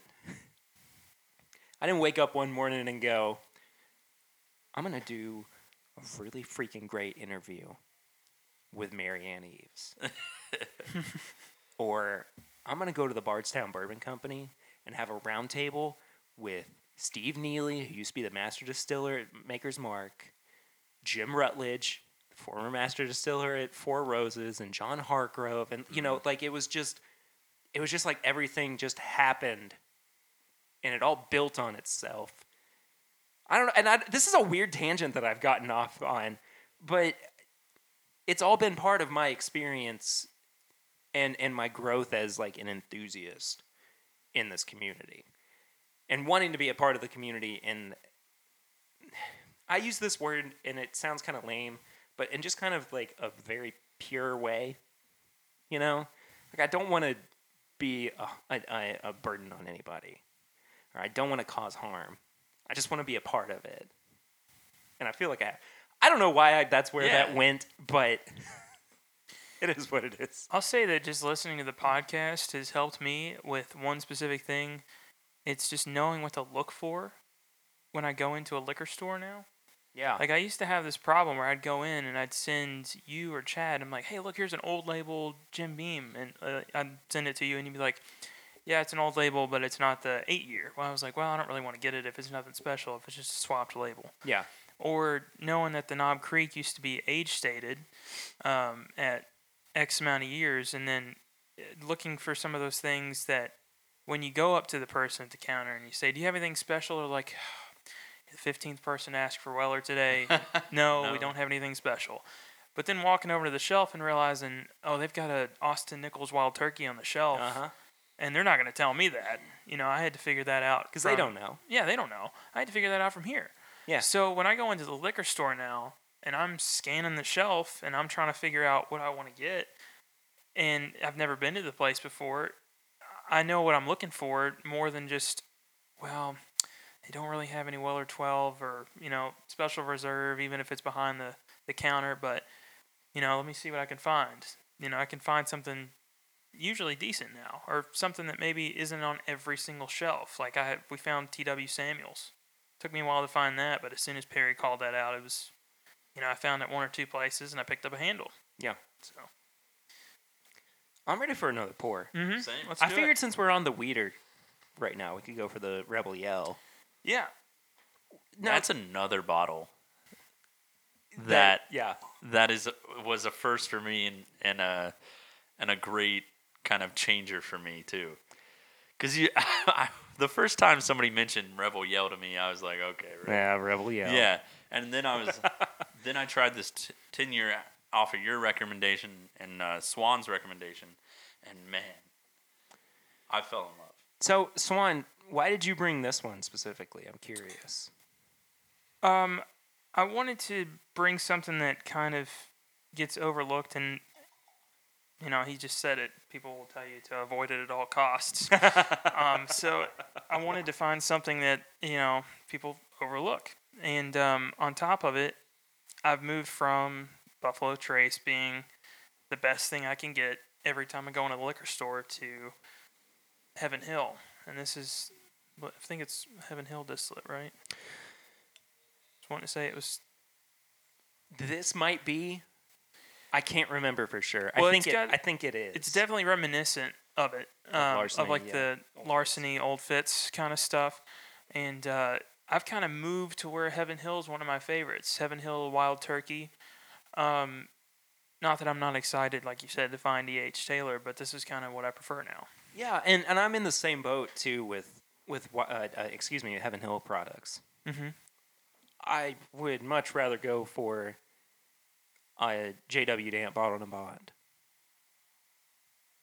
Speaker 1: I didn't wake up one morning and go, I'm gonna do a really freaking great interview with Marianne Eves. or I'm gonna go to the Bardstown Bourbon Company and have a round table with Steve Neely, who used to be the master distiller at Maker's Mark, Jim Rutledge, former master distiller at Four Roses, and John Hargrove, and you know, like it was just, it was just like everything just happened, and it all built on itself. I don't know, and I, this is a weird tangent that I've gotten off on, but it's all been part of my experience and and my growth as like an enthusiast in this community and wanting to be a part of the community and I use this word and it sounds kind of lame but in just kind of like a very pure way you know like I don't want to be a, a, a burden on anybody or I don't want to cause harm I just want to be a part of it and I feel like I I don't know why I, that's where
Speaker 2: Yeah.
Speaker 1: that went but it is what it is
Speaker 3: I'll say that just listening to the podcast has helped me with one specific thing. It's just knowing what to look for when I go into a liquor store now.
Speaker 1: yeah
Speaker 3: Like I used to have this problem where I'd go in and I'd send you or Chad. I'm like, hey, look, here's an old label Jim Beam, and uh, I'd send it to you, and you'd be like, yeah, it's an old label, but it's not the eight year. Well, I was like, well, I don't really want to get it if it's nothing special, if it's just a swapped label.
Speaker 1: yeah
Speaker 3: Or knowing that the Knob Creek used to be age stated um, at X amount of years, and then uh, looking for some of those things that when you go up to the person at the counter and you say, "Do you have anything special?" or like. The fifteenth person asked for Weller today. no, we
Speaker 2: No.
Speaker 3: don't have anything special. But then walking over to the shelf and realizing, oh, they've got a Austin Nichols Wild Turkey on the shelf,
Speaker 1: uh-huh
Speaker 3: and they're not going to tell me that. You know, I had to figure that out
Speaker 1: because they
Speaker 3: from-
Speaker 1: don't know
Speaker 3: Yeah, they don't know. I had to figure that out from here.
Speaker 1: Yeah.
Speaker 3: So when I go into the liquor store now and I'm scanning the shelf and I'm trying to figure out what I want to get, and I've never been to the place before, I know what I'm looking for more than just, well, they don't really have any Weller 12 or, you know, special reserve, even if it's behind the, the counter, but, you know, let me see what I can find. You know, I can find something usually decent now or something that maybe isn't on every single shelf. Like I we found TW Samuels. Took me a while to find that, but as soon as Perry called that out, it was you know, I found it one or two places and I picked up a handle.
Speaker 1: Yeah.
Speaker 3: So
Speaker 1: I'm ready for another pour.
Speaker 3: mm-hmm.
Speaker 2: Same.
Speaker 3: Let's
Speaker 1: I
Speaker 3: do it.
Speaker 1: figured since we're on the weeder right now, we could go for the Rebel Yell.
Speaker 3: Yeah.
Speaker 1: No,
Speaker 2: That's another bottle. That
Speaker 1: yeah,
Speaker 2: that is was a first for me and and a and a great kind of changer for me too. Cause you, the first time somebody mentioned Rebel Yell to me, I was like, okay, Rebel
Speaker 1: yeah, Rebel Yell.
Speaker 2: Yeah, and then I was, then I tried this t- ten year off of your recommendation and uh, Swan's recommendation, and man, I fell in love.
Speaker 1: So Swan, why did you bring this one specifically? I'm curious.
Speaker 3: Um, I wanted to bring something that kind of gets overlooked, and you know, he just said it. People will tell you to avoid it at all costs. um, so I wanted to find something that you know people overlook, and um, on top of it, I've moved from Buffalo Trace being the best thing I can get every time I go into the liquor store to Heaven Hill, and this is, I think it's Heaven Hill distillate, right? Just wanted to say it was.
Speaker 1: This might be. I can't remember for sure. I
Speaker 3: Well,
Speaker 1: think
Speaker 3: it's
Speaker 1: it.
Speaker 3: got-
Speaker 1: I think it is.
Speaker 3: It's definitely reminiscent of it, um, of,
Speaker 1: larceny,
Speaker 3: like
Speaker 1: yeah.
Speaker 3: the
Speaker 1: Old
Speaker 3: larceny, old fits kind of stuff, and uh, I've kind of moved to where Heaven Hill is one of my favorites. Heaven Hill Wild Turkey. Um, not that I'm not excited, like you said, to find E. H. Taylor, but this is kind of what I prefer now.
Speaker 1: Yeah, and, and I'm in the same boat too with with wa- uh, uh, excuse me, Heaven Hill products.
Speaker 3: Mhm.
Speaker 1: I would much rather go for a JW Damp Bottled and Bond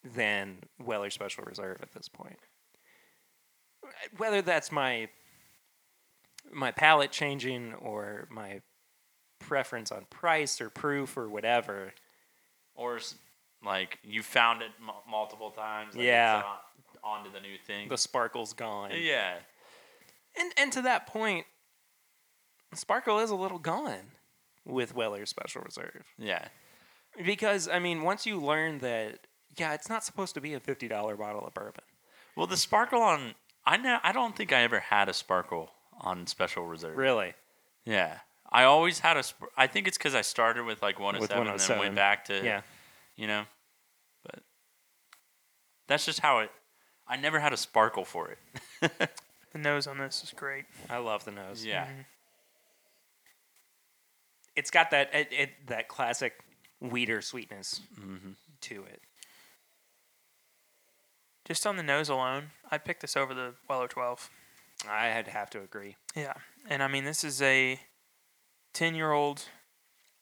Speaker 1: than Weller Special Reserve at this point. Whether that's my my palate changing or my preference on price or proof or whatever,
Speaker 2: Or s- like you found it m- multiple times. Like
Speaker 1: Yeah.
Speaker 2: it's on, on to the new thing.
Speaker 1: the sparkle's gone.
Speaker 2: yeah,
Speaker 1: And and to that point, Sparkle is a little gone with Weller's Special Reserve
Speaker 2: yeah,
Speaker 1: because I mean, once you learn that, yeah, it's not supposed to be a fifty dollar bottle of bourbon.
Speaker 2: Well, the sparkle on I know I don't think I ever had a sparkle on special reserve.
Speaker 1: Really?
Speaker 2: Yeah. I always had a sp- I think it's cuz I started with like 107, and then
Speaker 1: 107.
Speaker 2: went back to
Speaker 1: Yeah.
Speaker 2: you know. But that's just how it I never had a sparkle for it.
Speaker 3: The nose on this is great.
Speaker 1: I love the nose.
Speaker 2: Yeah.
Speaker 1: It's got that it, it, that classic weeder sweetness
Speaker 2: Mm-hmm.
Speaker 1: to it.
Speaker 3: Just on the nose alone, I'd pick this over the Weller 12.
Speaker 1: I had have to agree.
Speaker 3: Yeah, and I mean this is a ten-year-old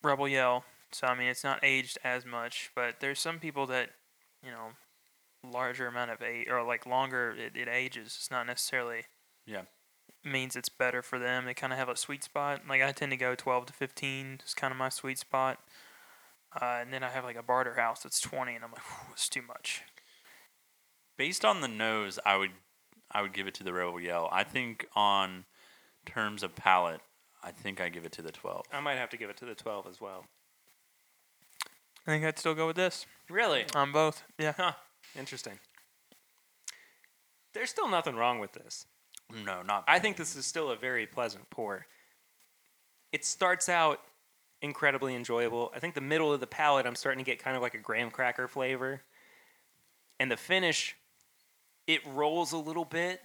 Speaker 3: Rebel Yell, so I mean it's not aged as much. But there's some people that you know larger amount of age or like longer it, it ages. It's not necessarily
Speaker 2: Yeah.
Speaker 3: means it's better for them. They kind of have a sweet spot. Like I tend to go twelve to fifteen. is kind of my sweet spot. Uh, and then I have like a barter house that's twenty, and I'm like, "Whew, it's too much.
Speaker 2: Based on the nose, I would I would give it to the Rebel Yell. I think on terms of palate, I think I give it to the 12.
Speaker 1: I might have to give it to the 12 as well.
Speaker 3: I think I'd still go with this.
Speaker 1: Really?
Speaker 3: On both, yeah.
Speaker 1: Interesting. There's still nothing wrong with this.
Speaker 2: No, not
Speaker 1: I think this is still a very pleasant pour. It starts out incredibly enjoyable. I think the middle of the palate, I'm starting to get kind of like a graham cracker flavor. And the finish, it rolls a little bit.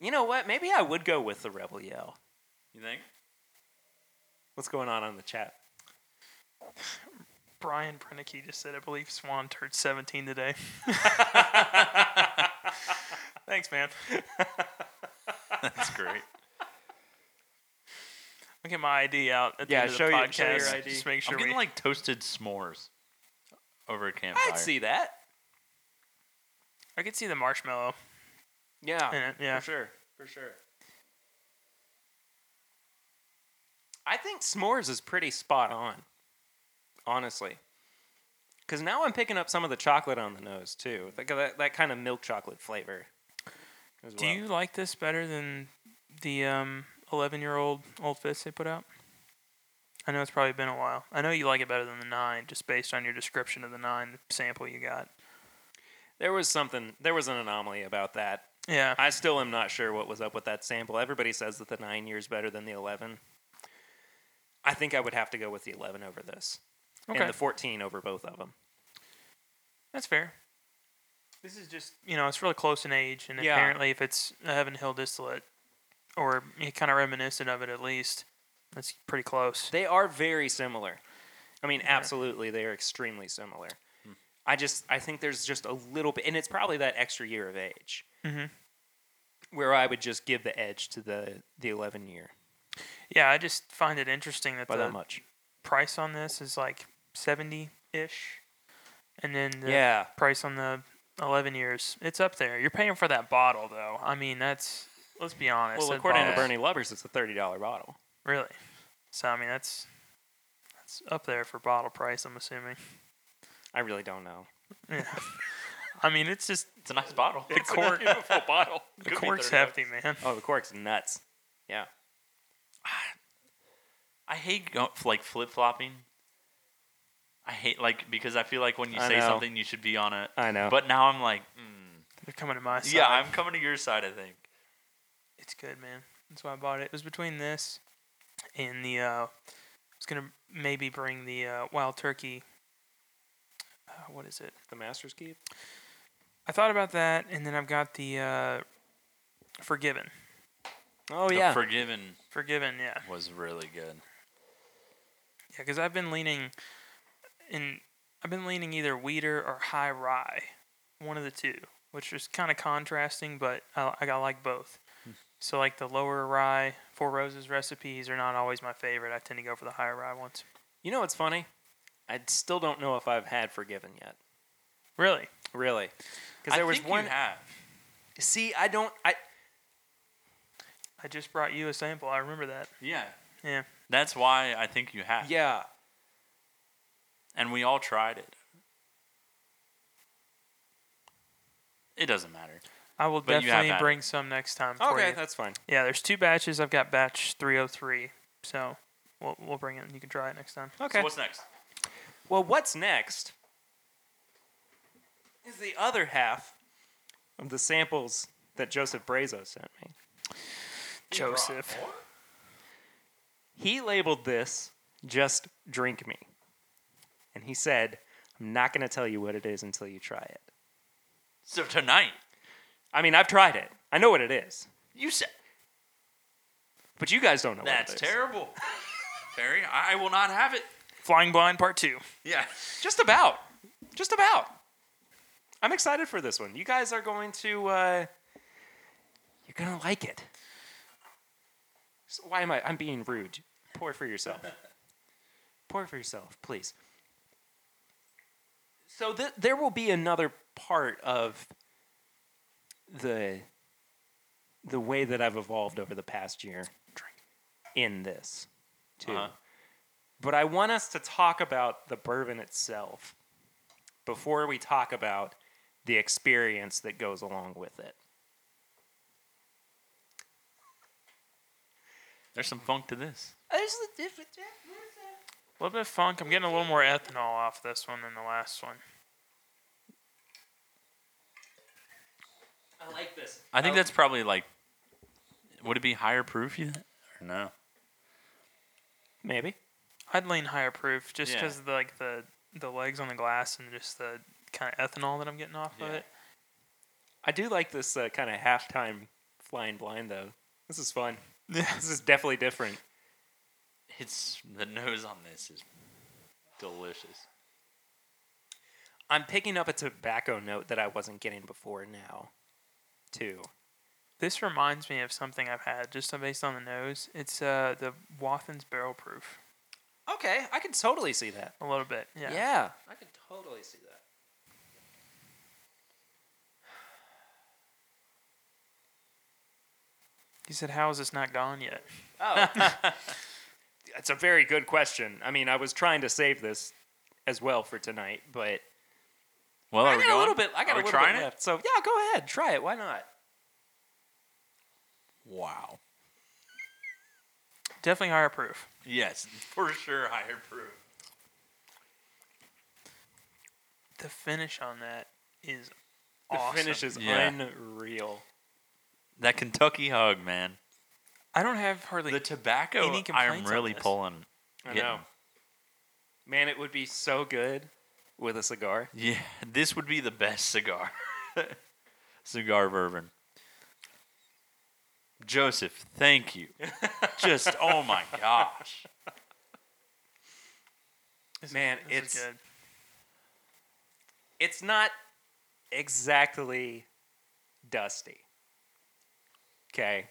Speaker 1: You know what? Maybe I would go with the Rebel Yell.
Speaker 2: You think?
Speaker 1: What's going on on the chat?
Speaker 3: Brian Brennicky just said, I believe Swan turned 17 today. Thanks, man.
Speaker 2: That's great.
Speaker 3: I'll get my ID out at the
Speaker 1: Yeah,
Speaker 3: end of
Speaker 1: show
Speaker 3: the
Speaker 1: your-
Speaker 3: podcast.
Speaker 1: show your ID.
Speaker 3: Just make
Speaker 2: I'm
Speaker 3: sure we.
Speaker 2: getting like toasted s'mores over a campfire.
Speaker 1: I'd see that.
Speaker 3: I could see the marshmallow in
Speaker 1: Yeah.
Speaker 3: it. Yeah.
Speaker 1: For sure. For sure. I think s'mores is pretty spot on, honestly. Because now I'm picking up some of the chocolate on the nose, too. Like that, that kind of milk chocolate flavor. as
Speaker 3: Do
Speaker 1: well.
Speaker 3: you like this better than the um, 11 year old Old Fist they put out? I know it's probably been a while. I know you like it better than the 9, just based on your description of the 9 sample you got.
Speaker 1: There was something, there was an anomaly about that.
Speaker 3: Yeah.
Speaker 1: I still am not sure what was up with that sample. Everybody says that the nine years better than the 11. I think I would have to go with the 11 over this,
Speaker 3: Okay.
Speaker 1: and the 14 over both of them.
Speaker 3: That's fair. This is just you know it's really close in age, and
Speaker 1: Yeah.
Speaker 3: apparently if it's a Heaven Hill distillate, or kind of reminiscent of it at least, that's pretty close.
Speaker 1: They are very similar. I mean, absolutely, they are extremely similar. I just, I think there's just a little bit, and it's probably that extra year of age
Speaker 3: Mhm.
Speaker 1: where I would just give the edge to the the 11 year
Speaker 3: Yeah, I just find it interesting that
Speaker 1: by
Speaker 3: the
Speaker 1: that much.
Speaker 3: price on this is like seventy ish, and then the
Speaker 1: yeah,
Speaker 3: price on the eleven years it's up there. You're paying for that bottle though. I mean that's let's be honest.
Speaker 1: well,
Speaker 3: that
Speaker 1: according to
Speaker 3: bottle's-
Speaker 1: Bernie Lubbers, it's a thirty dollar bottle.
Speaker 3: really. So I mean that's that's up there for bottle price. I'm assuming.
Speaker 1: I really don't know.
Speaker 3: Yeah. I mean it's just
Speaker 2: It's a nice bottle.
Speaker 3: The cork-
Speaker 2: beautiful bottle.
Speaker 3: The
Speaker 2: Could be
Speaker 3: cork's
Speaker 2: 30 bucks.
Speaker 3: hefty, man.
Speaker 1: Oh, the cork's nuts. Yeah,
Speaker 2: I hate go, like flip flopping. I hate like because I feel like when you
Speaker 1: I
Speaker 2: say
Speaker 1: know.
Speaker 2: something, you should be on it.
Speaker 1: I know.
Speaker 2: But now I'm like, mm,
Speaker 3: They're coming to my side.
Speaker 2: yeah, I'm coming to your side. I think.
Speaker 3: it's good, man. That's why I bought it. It was between this and the. Uh, I was gonna maybe bring the uh, wild turkey. Uh, what is it?
Speaker 1: the Masters Keep.
Speaker 3: I thought about that, and then I've got the uh, forgiven.
Speaker 1: Oh
Speaker 2: The
Speaker 1: yeah,
Speaker 2: Forgiven
Speaker 3: Forgiven, yeah,
Speaker 2: was really good.
Speaker 3: yeah. Because I've been leaning, in I've been leaning either weeder or high rye, one of the two, which is kind of contrasting, but I, I like both. So like the lower rye, Four Roses recipes are not always my favorite. I tend to go for the higher rye ones.
Speaker 1: you know what's funny? I still don't know if I've had Forgiven yet.
Speaker 3: Really?
Speaker 1: Really, because there was
Speaker 2: think you
Speaker 1: one.
Speaker 2: have.
Speaker 1: See, I don't. I
Speaker 3: I just brought you a sample. I remember that.
Speaker 2: Yeah.
Speaker 3: Yeah.
Speaker 2: That's why I think you have.
Speaker 1: yeah.
Speaker 2: And we all tried it. It doesn't matter.
Speaker 3: I will
Speaker 2: But you have
Speaker 3: definitely
Speaker 2: that.
Speaker 3: bring some next time for
Speaker 1: Okay,
Speaker 3: you.
Speaker 1: that's fine.
Speaker 3: Yeah, there's two batches. I've got batch 303, so we'll we'll bring it. and You can try it next time.
Speaker 1: Okay.
Speaker 2: So what's next?
Speaker 1: Well, what's next is the other half of the samples that Joseph Brazo sent me.
Speaker 3: Joseph.
Speaker 1: He labeled this just drink me. And he said, I'm not going to tell you what it is until you try it.
Speaker 2: So tonight,
Speaker 1: I mean, I've tried it. I know what it is.
Speaker 2: you said
Speaker 1: But you guys don't know
Speaker 2: that's
Speaker 1: what it is.
Speaker 2: terrible, Terry. I I will not have it.
Speaker 3: Flying Blind Part Two.
Speaker 2: Yeah.
Speaker 1: Just about. Just about. I'm excited for this one. You guys are going to uh you're going to like it. So why am I I'm being rude. Pour for yourself. Pour for yourself, please. So th- there will be another part of the the way that I've evolved over the past year in this too.
Speaker 2: Uh-huh.
Speaker 1: But I want us to talk about the bourbon itself before we talk about the experience that goes along with it.
Speaker 2: There's some funk to this.
Speaker 3: A little bit of funk. I'm getting a little more ethanol off this one than the last one.
Speaker 1: I like this.
Speaker 2: I think that's probably like. Would it be higher proof? You th- or no?
Speaker 1: maybe.
Speaker 3: I'd lean higher proof just
Speaker 2: Yeah.
Speaker 3: because the like the the legs on the glass and just the kind of ethanol that I'm getting off of
Speaker 2: Yeah.
Speaker 3: it.
Speaker 1: I do like this uh, kind of halftime flying blind though. This is fun. this is definitely different.
Speaker 2: It's the nose on this is delicious.
Speaker 1: I'm picking up a tobacco note that I wasn't getting before now, too.
Speaker 3: This reminds me of something I've had just based on the nose. It's uh the Wathins barrel proof
Speaker 1: Okay, I can totally see that.
Speaker 3: a little bit. Yeah.
Speaker 1: I can totally see that.
Speaker 3: He said, "How is this not gone yet?"
Speaker 1: Oh. That's a very good question. I mean, I was trying to save this as well for tonight, but
Speaker 2: Well, Oh, are
Speaker 1: I
Speaker 2: we
Speaker 1: got
Speaker 2: going?
Speaker 1: a little bit. I got
Speaker 2: Are
Speaker 1: a
Speaker 2: we
Speaker 1: little
Speaker 2: trying
Speaker 1: bit
Speaker 2: it?
Speaker 1: left. So yeah, go ahead, try it. Why not?
Speaker 2: Wow.
Speaker 3: Definitely higher proof.
Speaker 2: Yes, for sure, higher proof.
Speaker 3: The finish on that is
Speaker 1: The
Speaker 3: awesome.
Speaker 1: finish is
Speaker 2: Yeah.
Speaker 1: unreal.
Speaker 2: That Kentucky hug, man.
Speaker 3: I don't have hardly
Speaker 2: The tobacco.
Speaker 3: any complaints
Speaker 2: I'm
Speaker 3: on
Speaker 2: really
Speaker 3: this?
Speaker 2: pulling.
Speaker 1: I
Speaker 2: getting-
Speaker 1: know. Man, it would be so good with a cigar.
Speaker 2: Yeah, this would be the best cigar. cigar bourbon. Joseph, thank you. Just oh my gosh.
Speaker 3: This-
Speaker 1: Man,
Speaker 3: this is
Speaker 1: it's-
Speaker 3: good.
Speaker 1: It's not exactly dusty. Okay.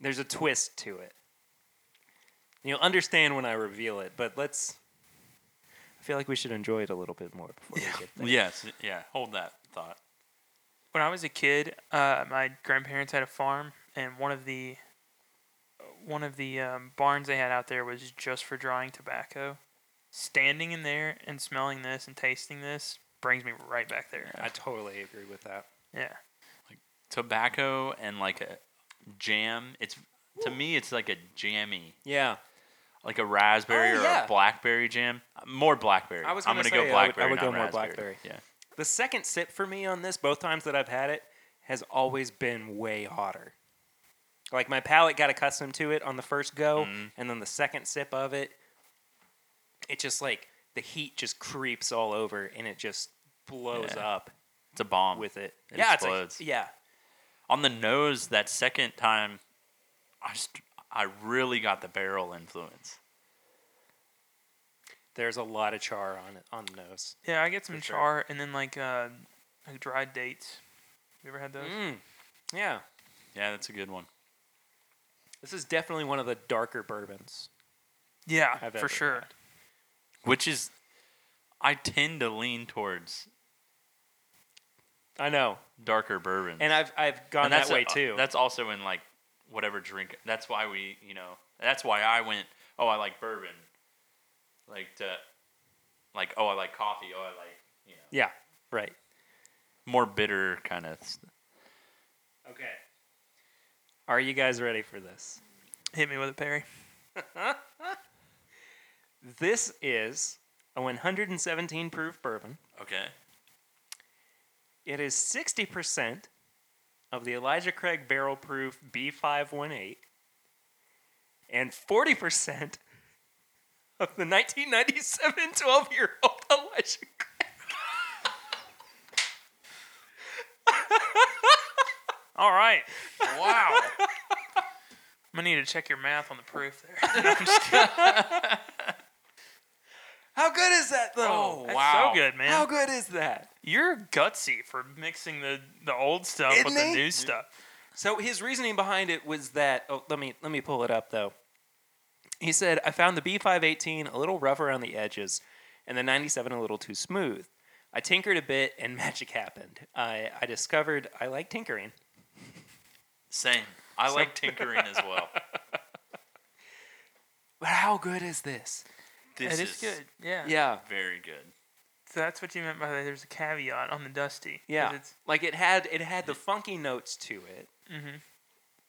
Speaker 1: There's a twist to it. You'll understand when I reveal it, but let's. I feel like we should enjoy it a little bit more before we get there.
Speaker 2: Yes, yeah, hold that thought.
Speaker 3: when I was a kid, uh, my grandparents had a farm, and one of the one of the um, barns they had out there was just for drying tobacco. Standing in there and smelling this and tasting this brings me right back there.
Speaker 1: I totally agree with that.
Speaker 3: Yeah,
Speaker 2: Tobacco and like a jam. It's to me it's like a jammy.
Speaker 1: Yeah.
Speaker 2: Like a raspberry
Speaker 1: Oh,
Speaker 2: or
Speaker 1: yeah.
Speaker 2: a blackberry jam. More blackberry.
Speaker 1: I was
Speaker 2: I'm
Speaker 1: gonna
Speaker 2: gonna
Speaker 1: say,
Speaker 2: go
Speaker 1: I would-
Speaker 2: blackberry.
Speaker 1: I would
Speaker 2: not
Speaker 1: go more
Speaker 2: raspberry.
Speaker 1: blackberry.
Speaker 2: Yeah.
Speaker 1: The second sip for me on this, both times that I've had it, has always been way hotter. Like my palate got accustomed to it on the first go,
Speaker 2: Mhm.
Speaker 1: and then the second sip of it, it just like the heat just creeps all over and it just blows
Speaker 2: Yeah.
Speaker 1: up
Speaker 2: It's a bomb.
Speaker 1: with it.
Speaker 2: It
Speaker 1: yeah, it's
Speaker 2: explodes.
Speaker 1: like, yeah,
Speaker 2: on the nose that second time I st- I really got the barrel influence.
Speaker 1: there's a lot of char on it on the nose.
Speaker 3: yeah. I get some
Speaker 1: For sure.
Speaker 3: char and then like uh, like dried dates. You ever had those?
Speaker 1: Mm. Yeah,
Speaker 2: Yeah, that's a good one.
Speaker 1: this is definitely one of the darker bourbons.
Speaker 3: Yeah,
Speaker 1: I've
Speaker 3: for
Speaker 1: ever
Speaker 3: sure.
Speaker 2: Which is I tend to lean towards
Speaker 1: I know,
Speaker 2: darker bourbon.
Speaker 1: and I've I've gone that
Speaker 2: that's
Speaker 1: way
Speaker 2: uh,
Speaker 1: too.
Speaker 2: That's also in like whatever drink. That's why we, you know, that's why I went, oh, I like bourbon. Like to like oh, I like coffee. Oh, I like, you know,
Speaker 1: yeah, right.
Speaker 2: more bitter kind of
Speaker 1: Okay. Are you guys ready for this?
Speaker 3: Hit me with it, Perry.
Speaker 1: This is a 117 proof bourbon.
Speaker 2: Okay.
Speaker 1: It is 60% of the Elijah Craig barrel proof B518 and 40% of the 1997 12 year old Elijah Craig.
Speaker 3: All right,
Speaker 2: Wow.
Speaker 3: I'm gonna need to check your math on the proof there.
Speaker 1: How good is that, though?
Speaker 2: Oh,
Speaker 3: That's
Speaker 2: Wow.
Speaker 3: so good, man.
Speaker 1: How good is that?
Speaker 3: You're gutsy for mixing the the old stuff with
Speaker 1: Isn't
Speaker 3: the
Speaker 1: he?
Speaker 3: new stuff.
Speaker 1: So his reasoning behind it was that oh, let me let me pull it up though. He said, "I found the B518 a little rough around the edges, and the 97 a little too smooth. I tinkered a bit and magic happened. I, I discovered I like tinkering.
Speaker 2: Same. I like tinkering as well.
Speaker 1: But how good is this?
Speaker 2: This
Speaker 3: it is, good. Yeah.
Speaker 1: Yeah.
Speaker 2: very good.
Speaker 3: So that's what you meant by that. There's a caveat on the dusty. 'cause
Speaker 1: Yeah.
Speaker 3: It's,
Speaker 1: like it had it had the funky notes to it,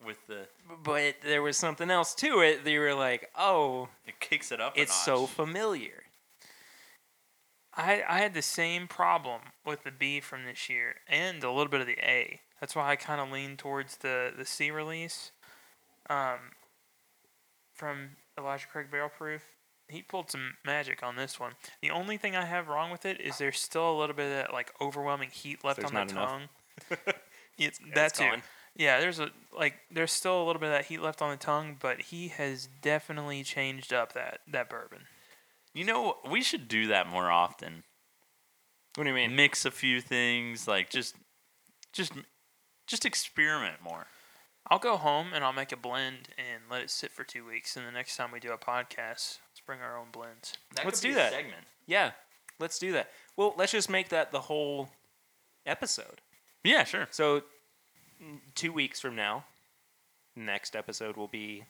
Speaker 2: With the
Speaker 1: but there was something else to it that you were like, "Oh,
Speaker 2: it kicks it up. a
Speaker 1: it's so
Speaker 2: notch.
Speaker 1: familiar."
Speaker 3: I I had the same problem with the B from this year and a little bit of the A. That's why I kind of lean towards the the C release. Um, from Elijah Craig Barrel Proof, he pulled some magic on this one. The only thing I have wrong with it is there's still a little bit of that like overwhelming heat left
Speaker 1: There's
Speaker 3: on
Speaker 1: not
Speaker 3: the
Speaker 1: enough.
Speaker 3: tongue. it's that too.
Speaker 1: gone.
Speaker 3: Yeah, there's a like there's still a little bit of that heat left on the tongue, but he has definitely changed up that that bourbon.
Speaker 2: You know, we should do that more often.
Speaker 1: What do you mean?
Speaker 2: Mix a few things, like just, just, just experiment more.
Speaker 3: I'll go home and I'll make a blend and let it sit for two weeks. And the next time we do a podcast, let's bring our own blends.
Speaker 2: That
Speaker 1: Let's
Speaker 2: could be
Speaker 1: do
Speaker 2: a
Speaker 1: that.
Speaker 2: segment.
Speaker 1: Yeah, let's do that. Well, let's just make that the whole episode.
Speaker 2: Yeah, sure.
Speaker 1: So, n- two weeks from now, next episode will be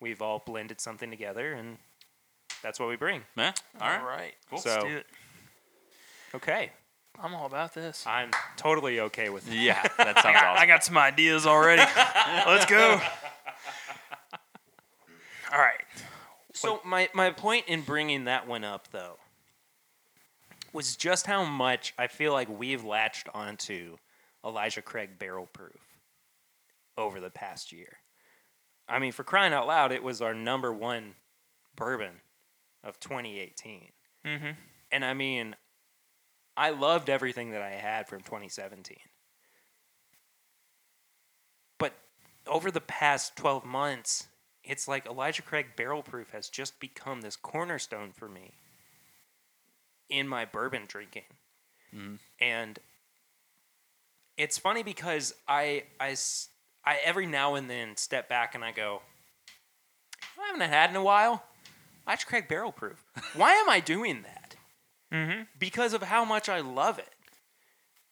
Speaker 1: we've all blended something together, and that's what we bring.
Speaker 2: Yeah. All right. Cool.
Speaker 3: Let's
Speaker 1: So-
Speaker 3: do it.
Speaker 1: Okay,
Speaker 3: I'm all about this. I,
Speaker 1: I'm totally okay with it.
Speaker 2: Yeah, that sounds
Speaker 3: got, I
Speaker 2: awesome.
Speaker 3: got some ideas already. let's go. all right.
Speaker 1: So, my, my point in bringing that one up, though, was just how much I feel like we've latched onto Elijah Craig barrel proof over the past year. I mean, for crying out loud, it was our number one bourbon of 2018.
Speaker 3: Mm-hmm.
Speaker 1: And I mean, I loved everything that I had from 2017. But over the past 12 months, it's like Elijah Craig Barrel Proof has just become this cornerstone for me in my bourbon drinking.
Speaker 2: Mhm.
Speaker 1: And it's funny because I, I, s- I every now and then step back and I go, I haven't had in a while. Elijah Craig Barrel Proof. Why am I doing that?
Speaker 3: Mm-hmm.
Speaker 1: because of how much I love it.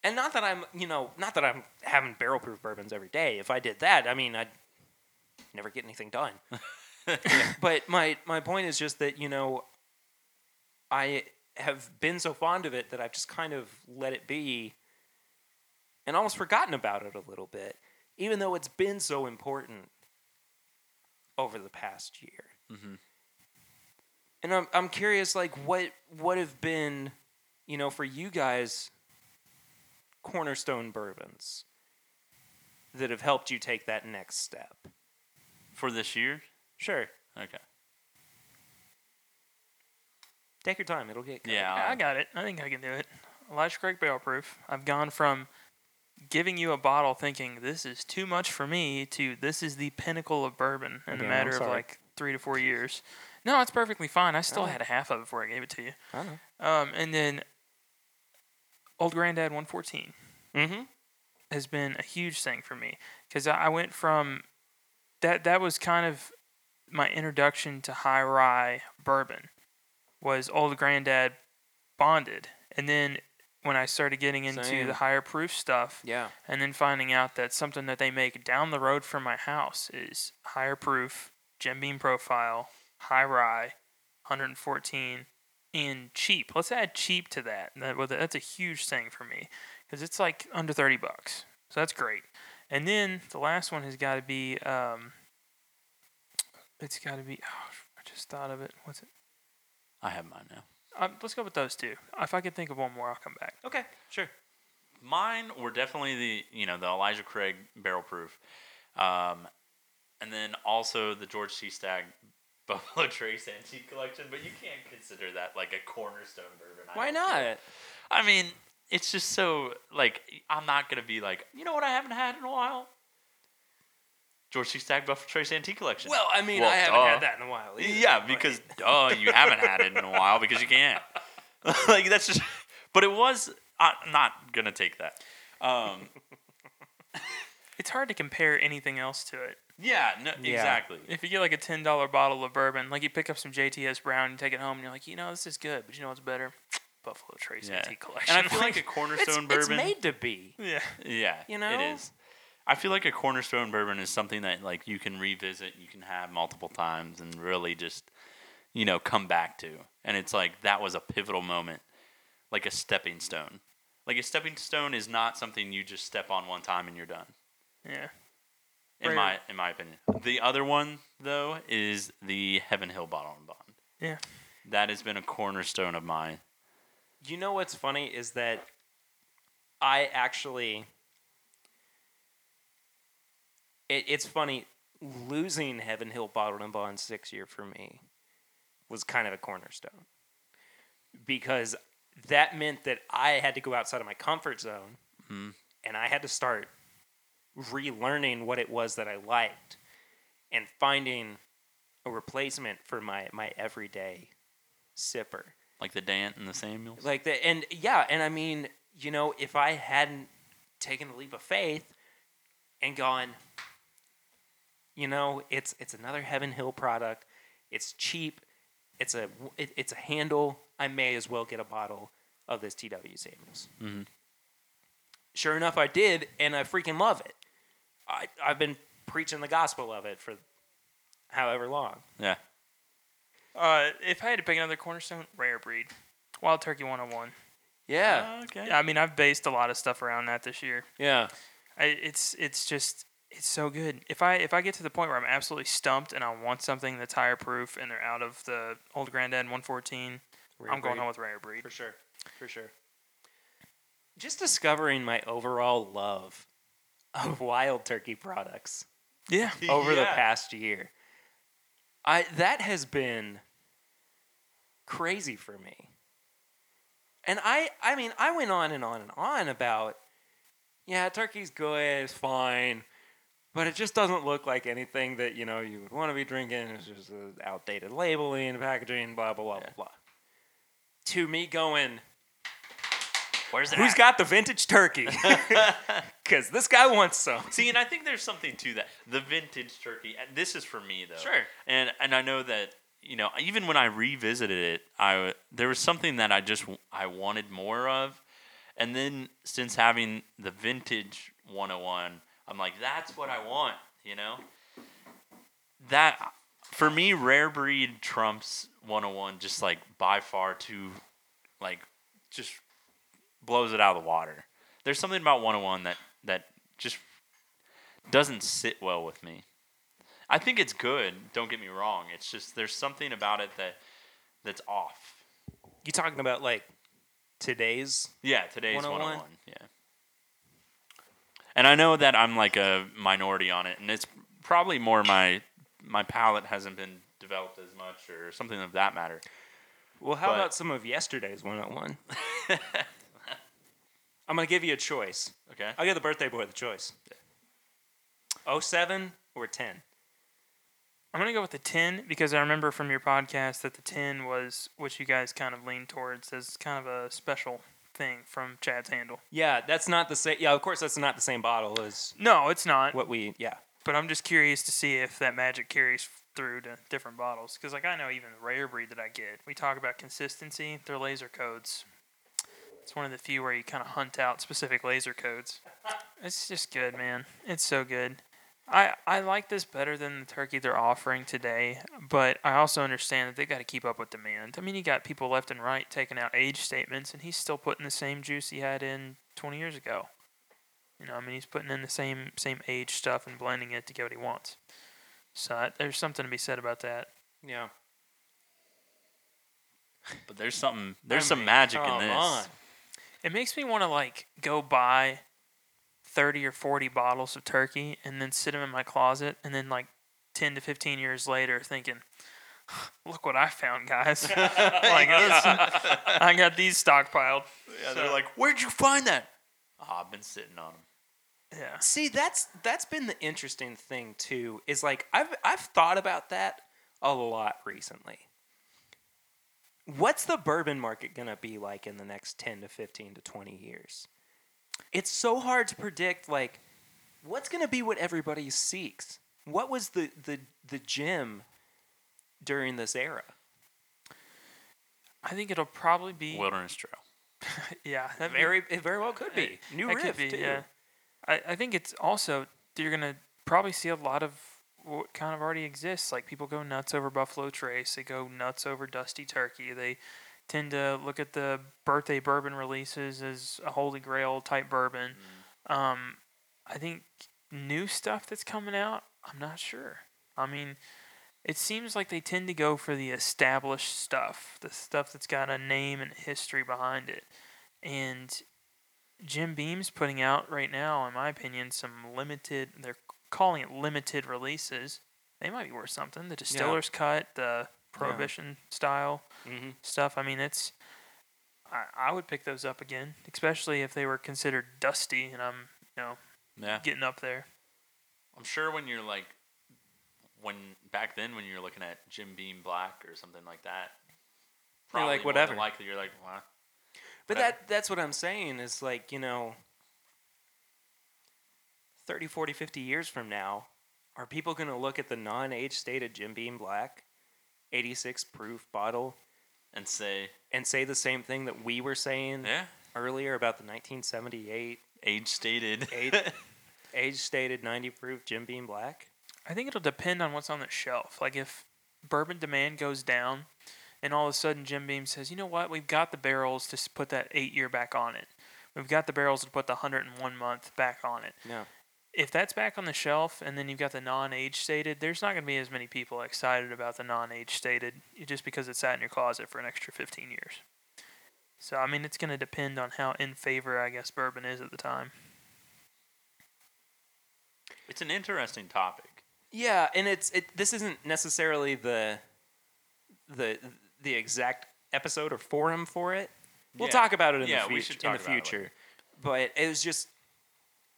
Speaker 1: And not that I'm, you know, not that I'm having barrel proof bourbons every day. If I did that, I mean, I'd never get anything done. but my my point is just that, you know, I have been so fond of it that I've just kind of let it be and almost forgotten about it a little bit, even though it's been so important over the past year.
Speaker 2: Mhm.
Speaker 1: And I'm I'm curious, like what what have been, you know, for you guys, cornerstone bourbons that have helped you take that next step.
Speaker 2: For this year?
Speaker 1: Sure,
Speaker 2: Okay.
Speaker 1: take your time; it'll get covered.
Speaker 2: Yeah.
Speaker 3: I got it. I think I can do it. Elijah Craig Barrel Proof. I've gone from giving you a bottle thinking this is too much for me to this is the pinnacle of bourbon in
Speaker 1: Again,
Speaker 3: a
Speaker 1: I'm
Speaker 3: matter of
Speaker 1: sorry.
Speaker 3: like three to four years. No, it's perfectly fine. I still
Speaker 1: Alright.
Speaker 3: had a half of it before I gave it to you.
Speaker 1: I know.
Speaker 3: Um, and then Old Granddad 114
Speaker 1: Mm-hmm.
Speaker 3: has been a huge thing for me because I, I went from that that was kind of my introduction to high rye bourbon was old granddad bonded and then when i started getting into
Speaker 1: Same.
Speaker 3: the higher proof stuff
Speaker 1: Yeah.
Speaker 3: and then finding out that something that they make down the road from my house is higher proof gem beam profile high rye 114 and cheap let's add cheap to that that well, that's a huge thing for me because it's like under 30 bucks so that's great and then the last one has got to be um it's got to be oh, i just thought of it what's it
Speaker 2: I have mine now.
Speaker 3: um, let's go with those two if i can think of one more i'll come back
Speaker 1: Okay. Sure.
Speaker 2: Mine were definitely the you know the Elijah Craig barrel proof, um, and then also the George C. Stagg Buffalo Trace Antique Collection. But you can't consider that like a cornerstone bourbon. I
Speaker 1: Why
Speaker 2: don't think.
Speaker 1: not?
Speaker 2: I mean, it's just so like I'm not gonna be like you know what I haven't had in a while. George C. Stagg Buffalo Trace Antique Collection.
Speaker 1: Well, I mean,
Speaker 2: Well,
Speaker 1: I haven't
Speaker 2: duh.
Speaker 1: had that in a while. either,
Speaker 2: Yeah,
Speaker 1: but-
Speaker 2: because duh, you haven't had it in a while because you can't. like that's just. But it was. I, I'm not gonna take that. Um,
Speaker 3: it's hard to compare anything else to it.
Speaker 2: Yeah, no,
Speaker 1: Yeah.
Speaker 2: exactly.
Speaker 3: If you get like a ten dollar bottle of bourbon, like you pick up some JTS Brown, you take it home, and you're like, you know, this is good, but you know what's better? Buffalo Trace
Speaker 2: Yeah.
Speaker 3: Tea Collection.
Speaker 2: And I feel like a cornerstone
Speaker 1: it's, it's
Speaker 2: bourbon.
Speaker 1: made to be.
Speaker 3: yeah,
Speaker 2: yeah,
Speaker 1: you know?
Speaker 2: it is. I feel like a cornerstone bourbon is something that like you can revisit, you can have multiple times, and really just you know come back to. And it's like that was a pivotal moment, like a stepping stone. Like a stepping stone is not something you just step on one time and you're done.
Speaker 3: yeah.
Speaker 2: In
Speaker 3: Right.
Speaker 2: my in my opinion, the other one though is the Heaven Hill Bottle and Bond.
Speaker 3: Yeah.
Speaker 2: that has been a cornerstone of mine.
Speaker 1: You know what's funny is that I actually. It, it's funny losing Heaven Hill Bottled and Bond six year for me was kind of a cornerstone because that meant that I had to go outside of my comfort zone
Speaker 2: Mhm.
Speaker 1: and I had to start relearning what it was that I liked and finding a replacement for my, my everyday sipper
Speaker 2: Like the Dant and the Samuels.
Speaker 1: like that and yeah and i mean you know if i hadn't taken the leap of faith and gone you know it's it's another heaven hill product it's cheap it's a it, it's a handle i may as well get a bottle of this tw samuels
Speaker 2: Mhm.
Speaker 1: sure enough i did and i freaking love it i i've been preaching the gospel of it for however long
Speaker 2: Yeah,
Speaker 3: Uh, if I had to pick another cornerstone, rare breed, Wild Turkey 101.
Speaker 2: Ah, okay.
Speaker 3: I mean, I've based a lot of stuff around that this year.
Speaker 1: yeah
Speaker 3: I, it's it's just it's so good. If I if I get to the point where I'm absolutely stumped and I want something that's higher proof and they're out of the old granddad 114, I'm going home with rare breed.
Speaker 1: For sure. For sure. Just discovering my overall love of wild turkey products
Speaker 3: Yeah,
Speaker 1: over the
Speaker 2: Yeah.
Speaker 1: past year. I that has been crazy for me. And I I mean, I went on and on and on about yeah, turkey's good, it's fine, but it just doesn't look like anything that, you know, you would want to be drinking. It's just uh, outdated labeling, packaging, blah blah blah
Speaker 2: Yeah.
Speaker 1: blah blah. To me going,
Speaker 2: Where's that?
Speaker 1: who's got the vintage turkey? Cuz this guy wants some.
Speaker 2: See, and I think there's something to that. The vintage turkey. and This is for me though.
Speaker 1: Sure.
Speaker 2: And and I know that you know even when I revisited it, I w- there was something that I just w- I wanted more of, and then since having the vintage 101, I'm like that's what I want. You know. That for me, rare breed trumps 101 just like by far too, like just blows it out of the water. There's something about 101 that that just doesn't sit well with me. I think it's good. Don't get me wrong. It's just there's something about it that that's off.
Speaker 1: You talking about like today's
Speaker 2: Yeah, today's
Speaker 1: 101?
Speaker 2: 101. Yeah. And I know that I'm like a minority on it, and it's probably more my my palate hasn't been developed as much or something of that matter.
Speaker 1: Well, how
Speaker 2: But-
Speaker 1: about some of yesterday's 101? I'm going to give you a choice.
Speaker 2: Okay.
Speaker 1: I'll give the birthday boy the choice. 07 or 10?
Speaker 3: I'm gonna go with the ten because I remember from your podcast that the ten was what you guys kind of leaned towards as kind of a special thing from Chad's handle.
Speaker 1: Yeah, that's not the same. Yeah, of course, that's not the same bottle as
Speaker 3: No, it's not.
Speaker 1: what we. Yeah.
Speaker 3: But I'm just curious to see if that magic carries through to different bottles. Because, like, I know even the rare breed that I get, we talk about consistency, their laser codes. It's one of the few where you kind of hunt out specific laser codes. It's just good, man. It's so good. I, I like this better than the turkey they're offering today, but I also understand that they got to keep up with demand. I mean, you got people left and right taking out age statements, and he's still putting the same juice he had in 20 years ago. You know, I mean, he's putting in the same same age stuff and blending it to get what he wants. So I- there's something to be said about that.
Speaker 1: Yeah.
Speaker 2: But there's something there's
Speaker 1: I
Speaker 2: some
Speaker 1: mean,
Speaker 2: magic in
Speaker 1: come
Speaker 2: this.
Speaker 1: on.
Speaker 3: It makes me want to like go buy thirty or forty bottles of turkey and then sit them in my closet, and then like ten to fifteen years later, thinking, "Look what I found, guys! like I, I got these stockpiled."
Speaker 2: Yeah, they're like, where'd you find that? Ah, I've been sitting on them.
Speaker 3: Yeah,
Speaker 1: See, that's that's been the interesting thing too. Is like I've I've thought about that a lot recently. What's the bourbon market gonna be like in the next ten to fifteen to twenty years? It's so hard to predict. Like, what's going to be what everybody seeks? What was the the the gem during this era?
Speaker 3: I think it'll probably be
Speaker 2: Wilderness Trail.
Speaker 3: yeah, that
Speaker 1: Very it very well could be new
Speaker 3: that
Speaker 1: riff
Speaker 3: could be,
Speaker 1: too.
Speaker 3: Yeah, I, I think it's also you're gonna probably see a lot of what kind of already exists. Like people go nuts over Buffalo Trace, they go nuts over Dusty Turkey. They tend to look at the birthday bourbon releases as a holy grail type bourbon.
Speaker 1: Mm.
Speaker 3: Um, I think new stuff that's coming out. I'm not sure. I mean, it seems like they tend to go for the established stuff, the stuff that's got a name and history behind it. And Jim Beam's putting out right now, in my opinion, some limited. They're calling it limited releases. They might be worth something. The distiller's cut, the prohibition style
Speaker 1: Mhm.
Speaker 3: stuff. I mean, it's. I, I would pick those up again, especially if they were considered dusty, and I'm you know
Speaker 2: Yeah.
Speaker 3: getting up there.
Speaker 2: I'm sure when you're like, when back then when you're looking at Jim Beam Black or something like that,
Speaker 1: You're like,
Speaker 2: more than
Speaker 1: whatever.
Speaker 2: Likely you're like, "Wah."
Speaker 1: But
Speaker 2: Whatever.
Speaker 1: that that's what I'm saying is like, you know, 30, 40, 50 years from now, are people going to look at the non-age stated Jim Beam Black 86 proof bottle
Speaker 2: and say,
Speaker 1: and say the same thing that we were saying
Speaker 2: yeah,
Speaker 1: earlier about the 1978
Speaker 2: age stated.
Speaker 1: Age- age stated 90 proof Jim Beam Black?
Speaker 3: I think it'll depend on what's on the shelf. Like if bourbon demand goes down, and all of a sudden Jim Beam says, "You know what? We've got the barrels to s- put that eight year back on it. We've got the barrels to put the 101 month back on it."
Speaker 1: No.
Speaker 3: If that's back on the shelf, and then you've got the non age stated, there's not going to be as many people excited about the non age stated just because it sat in your closet for an extra 15 years. So I mean, it's going to depend on how in favor I guess bourbon is at the time.
Speaker 2: it's an interesting topic.
Speaker 1: Yeah, and it's it. This isn't necessarily the the the exact episode or forum for it. We'll
Speaker 2: Yeah.
Speaker 1: talk about it in
Speaker 2: Yeah,
Speaker 1: the,
Speaker 2: we
Speaker 1: fut-
Speaker 2: should
Speaker 1: in
Speaker 2: talk
Speaker 1: the
Speaker 2: about it
Speaker 1: future. but it was just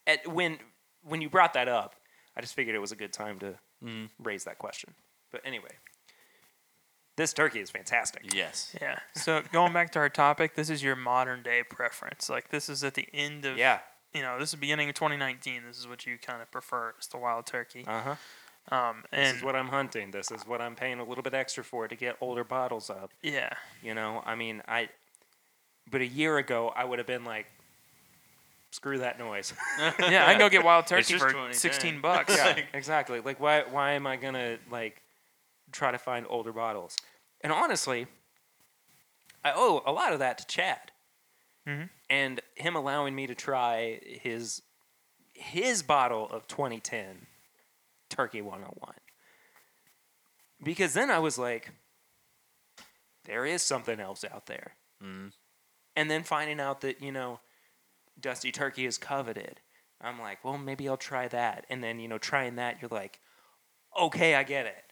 Speaker 1: at when when you brought that up, I just figured it was a good time to
Speaker 2: Mm-hmm.
Speaker 1: raise that question. But anyway, this turkey is fantastic.
Speaker 2: Yes.
Speaker 3: Yeah. So going back to our topic, this is your modern day preference. Like this is at the end of
Speaker 1: Yeah.
Speaker 3: You know, this is beginning of 2019. This is what you kind of prefer. It's the wild turkey.
Speaker 1: Uh huh.
Speaker 2: Uh-huh.
Speaker 3: Um,
Speaker 1: This
Speaker 3: and
Speaker 1: is what I'm hunting. This is what I'm paying a little bit extra for to get older bottles up.
Speaker 3: yeah,
Speaker 1: You know, I mean, I. But a year ago, I would have been like, "Screw that noise."
Speaker 3: yeah, I can go get wild turkey
Speaker 2: just
Speaker 3: for
Speaker 2: 2010.
Speaker 3: 16 bucks.
Speaker 1: yeah, exactly. Like, why? Why am I gonna like try to find older bottles? And honestly, I owe a lot of that to Chad,
Speaker 3: Mhm.
Speaker 1: and him allowing me to try his his bottle of 2010 Turkey 101. Because then I was like, there is something else out there
Speaker 2: Mm.
Speaker 1: and then finding out that you know dusty turkey is coveted i'm like well maybe i'll try that and then you know trying that you're like okay i get it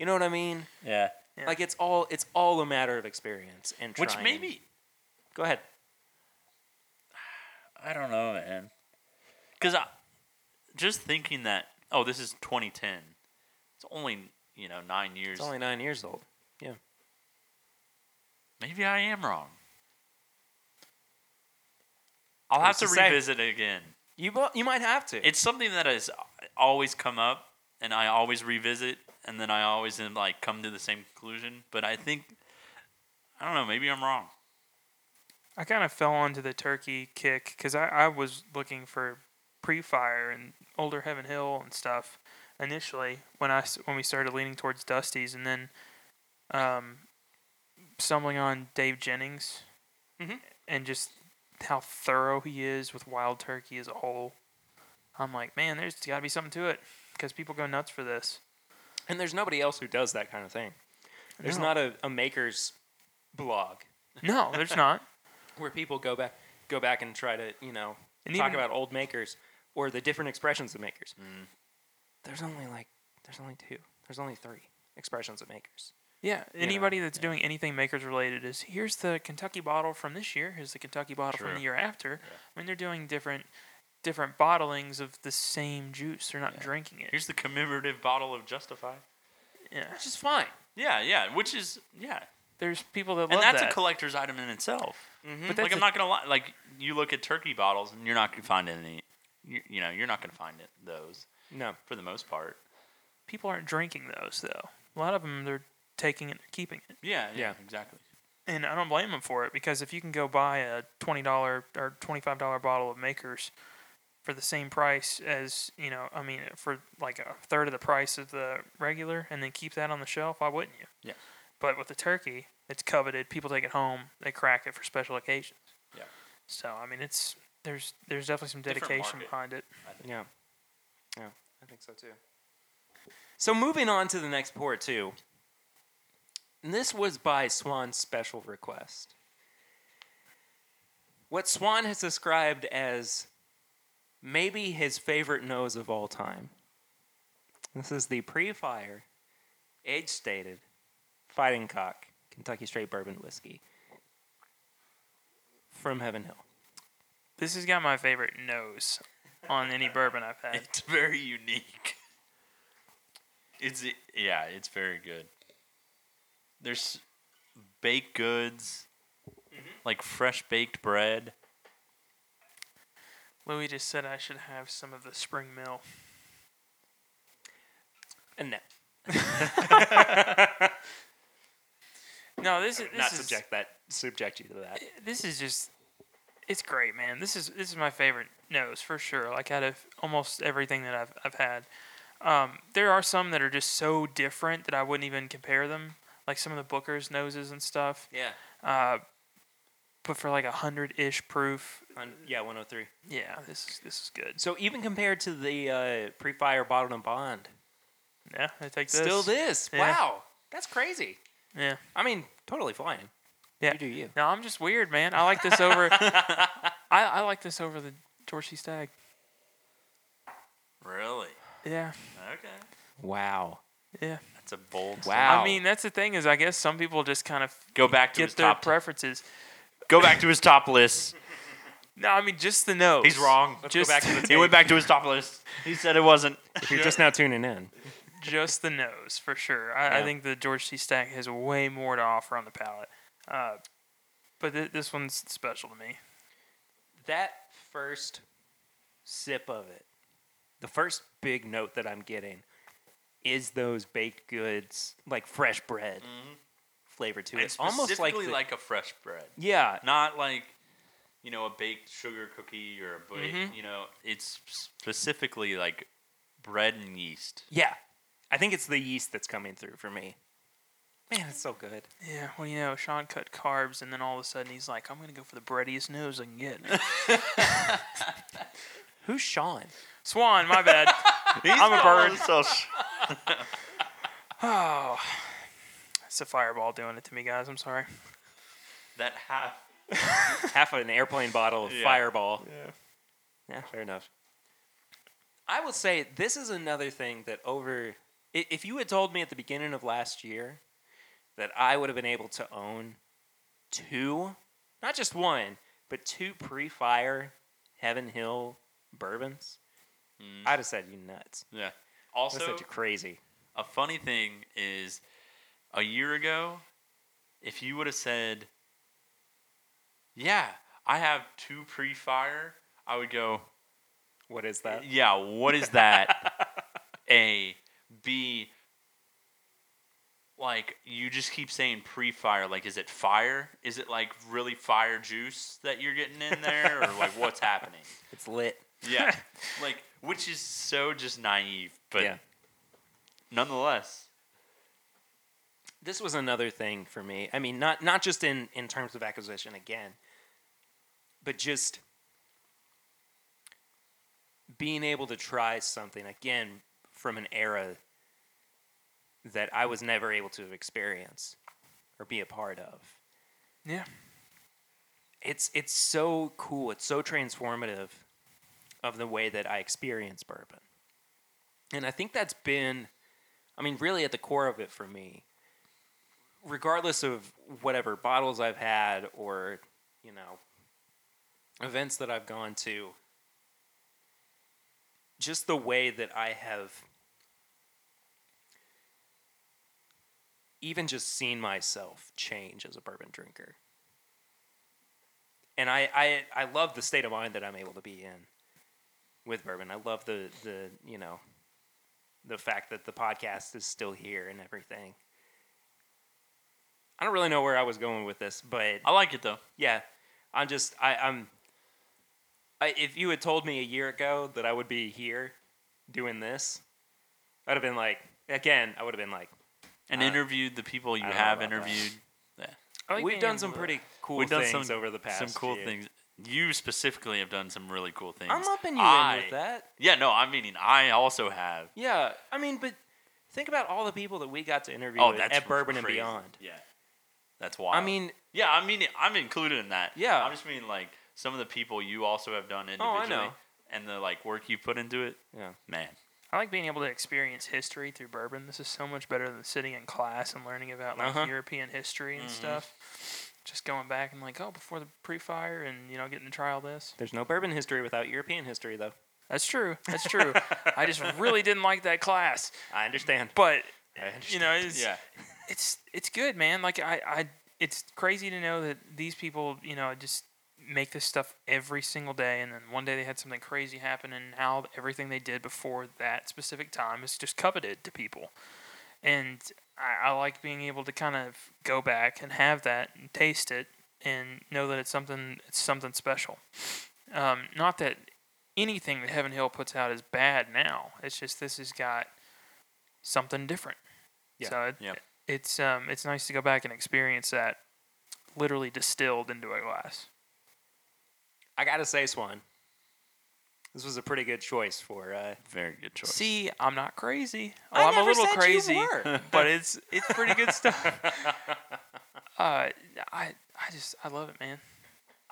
Speaker 1: you know what i mean
Speaker 2: Yeah.
Speaker 3: Yeah.
Speaker 1: like it's all it's all a matter of experience and
Speaker 2: Which
Speaker 1: trying.
Speaker 2: maybe
Speaker 1: go ahead
Speaker 2: I don't know, man. Because I just thinking that oh, this is 2010. It's only you know nine years.
Speaker 1: it's only nine years old
Speaker 2: Maybe I am wrong. I'll have
Speaker 1: Who's
Speaker 2: to
Speaker 1: to say?
Speaker 2: revisit it again.
Speaker 1: you bo- you might have to
Speaker 2: It's something that has always come up, and I always revisit, and then I always am like come to the same conclusion. But I think I don't know. Maybe I'm wrong.
Speaker 3: I kind of fell onto the turkey kick because I, I was looking for pre-fire and older Heaven Hill and stuff initially when I s- when we started leaning towards Dusty's and then um, stumbling on Dave Jennings
Speaker 1: Mhm.
Speaker 3: and just how thorough he is with wild turkey as a whole. I'm like, man, there's got to be something to it because people go nuts for this.
Speaker 1: and there's nobody else who does that kind of thing there's
Speaker 3: No.
Speaker 1: not a, a maker's blog
Speaker 3: No, there's not.
Speaker 1: where people go back go back and try to you know
Speaker 3: And
Speaker 1: talk
Speaker 3: even-
Speaker 1: about old makers or the different expressions of makers. There's only like there's only two. There's only three expressions of makers.
Speaker 3: Yeah,
Speaker 1: know,
Speaker 3: anybody that's doing anything makers related is here's the Kentucky bottle from this year, here's the Kentucky bottle from
Speaker 2: True.
Speaker 3: the year after. When they're doing different different bottlings of the same juice, they're not drinking it.
Speaker 2: Here's the commemorative bottle of Justify.
Speaker 3: Yeah.
Speaker 1: Which is fine.
Speaker 2: Yeah, yeah. Which is yeah,
Speaker 3: There's people that
Speaker 2: and
Speaker 3: love
Speaker 2: that's
Speaker 3: that.
Speaker 2: a collector's item in itself.
Speaker 1: Mm-hmm.
Speaker 3: but that's
Speaker 2: like
Speaker 3: a-
Speaker 2: I'm not gonna lie, like you look at turkey bottles and you're not gonna find any you, you know, you're not going to find it those
Speaker 1: No.
Speaker 2: for the most part.
Speaker 3: People aren't drinking those though. A lot of them they're taking it, and keeping it,
Speaker 2: Yeah, yeah,
Speaker 1: Yeah.
Speaker 2: exactly.
Speaker 3: and I don't blame them for it because if you can go buy a twenty dollar or twenty five dollar bottle of Makers for the same price as you know, I mean, for like a third of the price of the regular, and then keep that on the shelf, why wouldn't you?
Speaker 2: Yeah.
Speaker 3: But with the turkey, it's coveted. People take it home. They crack it for special occasions.
Speaker 2: Yeah.
Speaker 3: So I mean, it's there's there's definitely some
Speaker 2: Different
Speaker 3: dedication
Speaker 2: market.
Speaker 3: behind it.
Speaker 1: Yeah. Yeah. I think so too. So moving on to the next pour too. And this was by Swan's special request. What Swan has described as maybe his favorite nose of all time. This is the pre-fire, age-stated, fighting cock Kentucky Straight Bourbon Whiskey from Heaven Hill.
Speaker 3: This has got my favorite nose on any bourbon I've had.
Speaker 2: It's very unique. It's yeah, it's very good. There's baked goods, like fresh baked bread.
Speaker 3: Louis just said I should have some of the spring mill.
Speaker 1: And no,
Speaker 3: No, this is this
Speaker 1: not
Speaker 3: is
Speaker 1: subject that subject you to that.
Speaker 3: this is just it's great, man. This is this is my favorite nose for sure. Like out of almost everything that I've I've had, um, there are some that are just so different that I wouldn't even compare them. Like some of the Booker's noses and stuff.
Speaker 2: Yeah.
Speaker 3: Uh, but for like a hundred ish proof,
Speaker 1: On, yeah, 103.
Speaker 3: yeah, this is this is good.
Speaker 1: So even compared to the uh, pre-fire bottled and bond,
Speaker 3: Yeah, I take this.
Speaker 1: still this.
Speaker 3: Yeah.
Speaker 1: Wow, that's crazy.
Speaker 3: Yeah.
Speaker 1: I mean, totally flying.
Speaker 3: Yeah.
Speaker 1: You do you.
Speaker 3: No, I'm just weird, man. I like this over. I, I like this over the George C. Stagg.
Speaker 2: Really?
Speaker 3: Yeah,
Speaker 2: Okay.
Speaker 1: Wow.
Speaker 3: yeah.
Speaker 2: That's a bold.
Speaker 1: Wow.
Speaker 3: I mean, that's the thing is, I guess some people just kind of
Speaker 2: Go back to his
Speaker 3: get their
Speaker 2: top.
Speaker 3: preferences.
Speaker 2: go back to his top list.
Speaker 3: No, I mean just the nose.
Speaker 2: He's wrong.
Speaker 1: Let's
Speaker 3: Just-
Speaker 1: go back to the
Speaker 2: He went back to his top list. He said it wasn't.
Speaker 1: If you're just now tuning in.
Speaker 3: Just the nose for sure. I, I
Speaker 1: Yeah.
Speaker 3: think the George C. Stagg has way more to offer on the palate. Uh, but th- this one's special to me.
Speaker 1: That first sip of it, the first big note that I'm getting is those baked goods, like fresh bread flavor to it.
Speaker 2: Mm-hmm. It's almost like, Mm. like a fresh bread,
Speaker 1: yeah,
Speaker 2: not like you know a baked sugar cookie or a ba-
Speaker 3: Mhm.
Speaker 2: you know. It's specifically like bread and yeast.
Speaker 1: yeah. I think it's the yeast that's coming through for me. Man, it's so good.
Speaker 3: Yeah, well, you know, Sean cut carbs, and then all of a sudden he's like, "I'm gonna go for the breadiest nose I can get."
Speaker 1: Who's Sean?
Speaker 3: Swan, my bad. I'm a bird. Oh, it's a fireball doing it to me, guys. I'm sorry.
Speaker 2: That half.
Speaker 1: half an airplane bottle of
Speaker 2: Yeah.
Speaker 1: Fireball.
Speaker 3: Yeah.
Speaker 1: Yeah, fair enough. I will say this is another thing that over. i- If you had told me at the beginning of last year that I would have been able to own two, not just one, but two pre-fire Heaven Hill bourbons,
Speaker 2: Mm.
Speaker 1: I'd have said you nuts.
Speaker 2: Yeah.
Speaker 1: I
Speaker 2: Also,
Speaker 1: said you crazy.
Speaker 2: a funny thing is, a year ago, if you would have said, "Yeah, I have two pre-fire," I would go,
Speaker 1: What is that?
Speaker 2: "Yeah, what is that?" a, B. Like you just keep saying pre-fire. Like, is it fire? Is it like really fire juice that you're getting in there, or like what's happening?
Speaker 1: It's lit.
Speaker 2: Yeah. like, which is so just naive, but
Speaker 1: Yeah.
Speaker 2: nonetheless.
Speaker 1: this was another thing for me. I mean, not not just in in terms of acquisition again, but just being able to try something again from an era that I was never able to experience or be a part of.
Speaker 3: Yeah.
Speaker 1: It's it's so cool. It's so transformative of the way that I experience bourbon. And I think that's been I mean really at the core of it for me regardless of whatever bottles I've had or you know events that I've gone to just the way that I have even just seen myself change as a bourbon drinker and I I, I love the state of mind that I'm able to be in with bourbon. I love the the you know the fact that the podcast is still here and everything. I don't really know where I was going with this, but
Speaker 2: I like it though.
Speaker 1: yeah, I'm just I, I'm. I, if you had told me a year ago that I would be here doing this, I'd have been like, again, I would have been like,
Speaker 2: And
Speaker 1: Uh,
Speaker 2: interviewed the people you
Speaker 1: I don't know
Speaker 2: have
Speaker 1: about that.
Speaker 2: interviewed.
Speaker 1: we've done some pretty cool
Speaker 2: We've done
Speaker 1: things
Speaker 2: some-
Speaker 1: over the past.
Speaker 2: some cool
Speaker 1: few-
Speaker 2: things. You specifically have done some really cool things.
Speaker 1: I'm upping you
Speaker 2: I,
Speaker 1: in with that.
Speaker 2: Yeah, no, I'm meaning I also have.
Speaker 1: Yeah, I mean, but think about all the people that we got to interview
Speaker 2: Oh,
Speaker 1: at-
Speaker 2: that's
Speaker 1: at Bourbon and
Speaker 2: crazy.
Speaker 1: Beyond.
Speaker 2: Yeah, that's wild.
Speaker 1: I mean,
Speaker 2: yeah, I mean, I'm included in that.
Speaker 1: Yeah.
Speaker 2: I'm just meaning like some of the people you also have done
Speaker 1: Oh,
Speaker 2: individually,
Speaker 1: I know.
Speaker 2: and the like work you put into it.
Speaker 1: Yeah.
Speaker 2: man,
Speaker 3: I like being able to experience history through bourbon. This is so much better than sitting in class and learning about like
Speaker 1: Uh-huh.
Speaker 3: European history and
Speaker 2: Mhm.
Speaker 3: stuff. Just going back and like, oh, before the pre-fire, and you know, getting to try all this.
Speaker 1: there's no bourbon history without European history, though.
Speaker 3: That's true. That's true. I just really didn't like that class,
Speaker 1: I understand.
Speaker 3: but
Speaker 1: I
Speaker 3: you
Speaker 1: understand.
Speaker 3: know, it's,
Speaker 2: yeah,
Speaker 3: it's it's good, man. Like I, I, it's crazy to know that these people, you know, just make this stuff every single day, and then one day they had something crazy happen, and now everything they did before that specific time is just coveted to people. And I, I like being able to kind of go back and have that and taste it and know that it's something it's something special. Um, not that anything that Heaven Hill puts out is bad now. It's just this has got something different.
Speaker 1: Yeah.
Speaker 3: So it,
Speaker 2: Yeah.
Speaker 3: it's um it's nice to go back and experience that literally distilled into a glass.
Speaker 1: I gotta say, Swan, this was a pretty good choice for. Uh,
Speaker 2: very good choice.
Speaker 3: See, I'm not crazy.
Speaker 1: I
Speaker 3: Well, am
Speaker 1: never
Speaker 3: a little
Speaker 1: said you
Speaker 3: crazy,
Speaker 1: were.
Speaker 3: but it's it's pretty good stuff. uh, I I just I love it, man.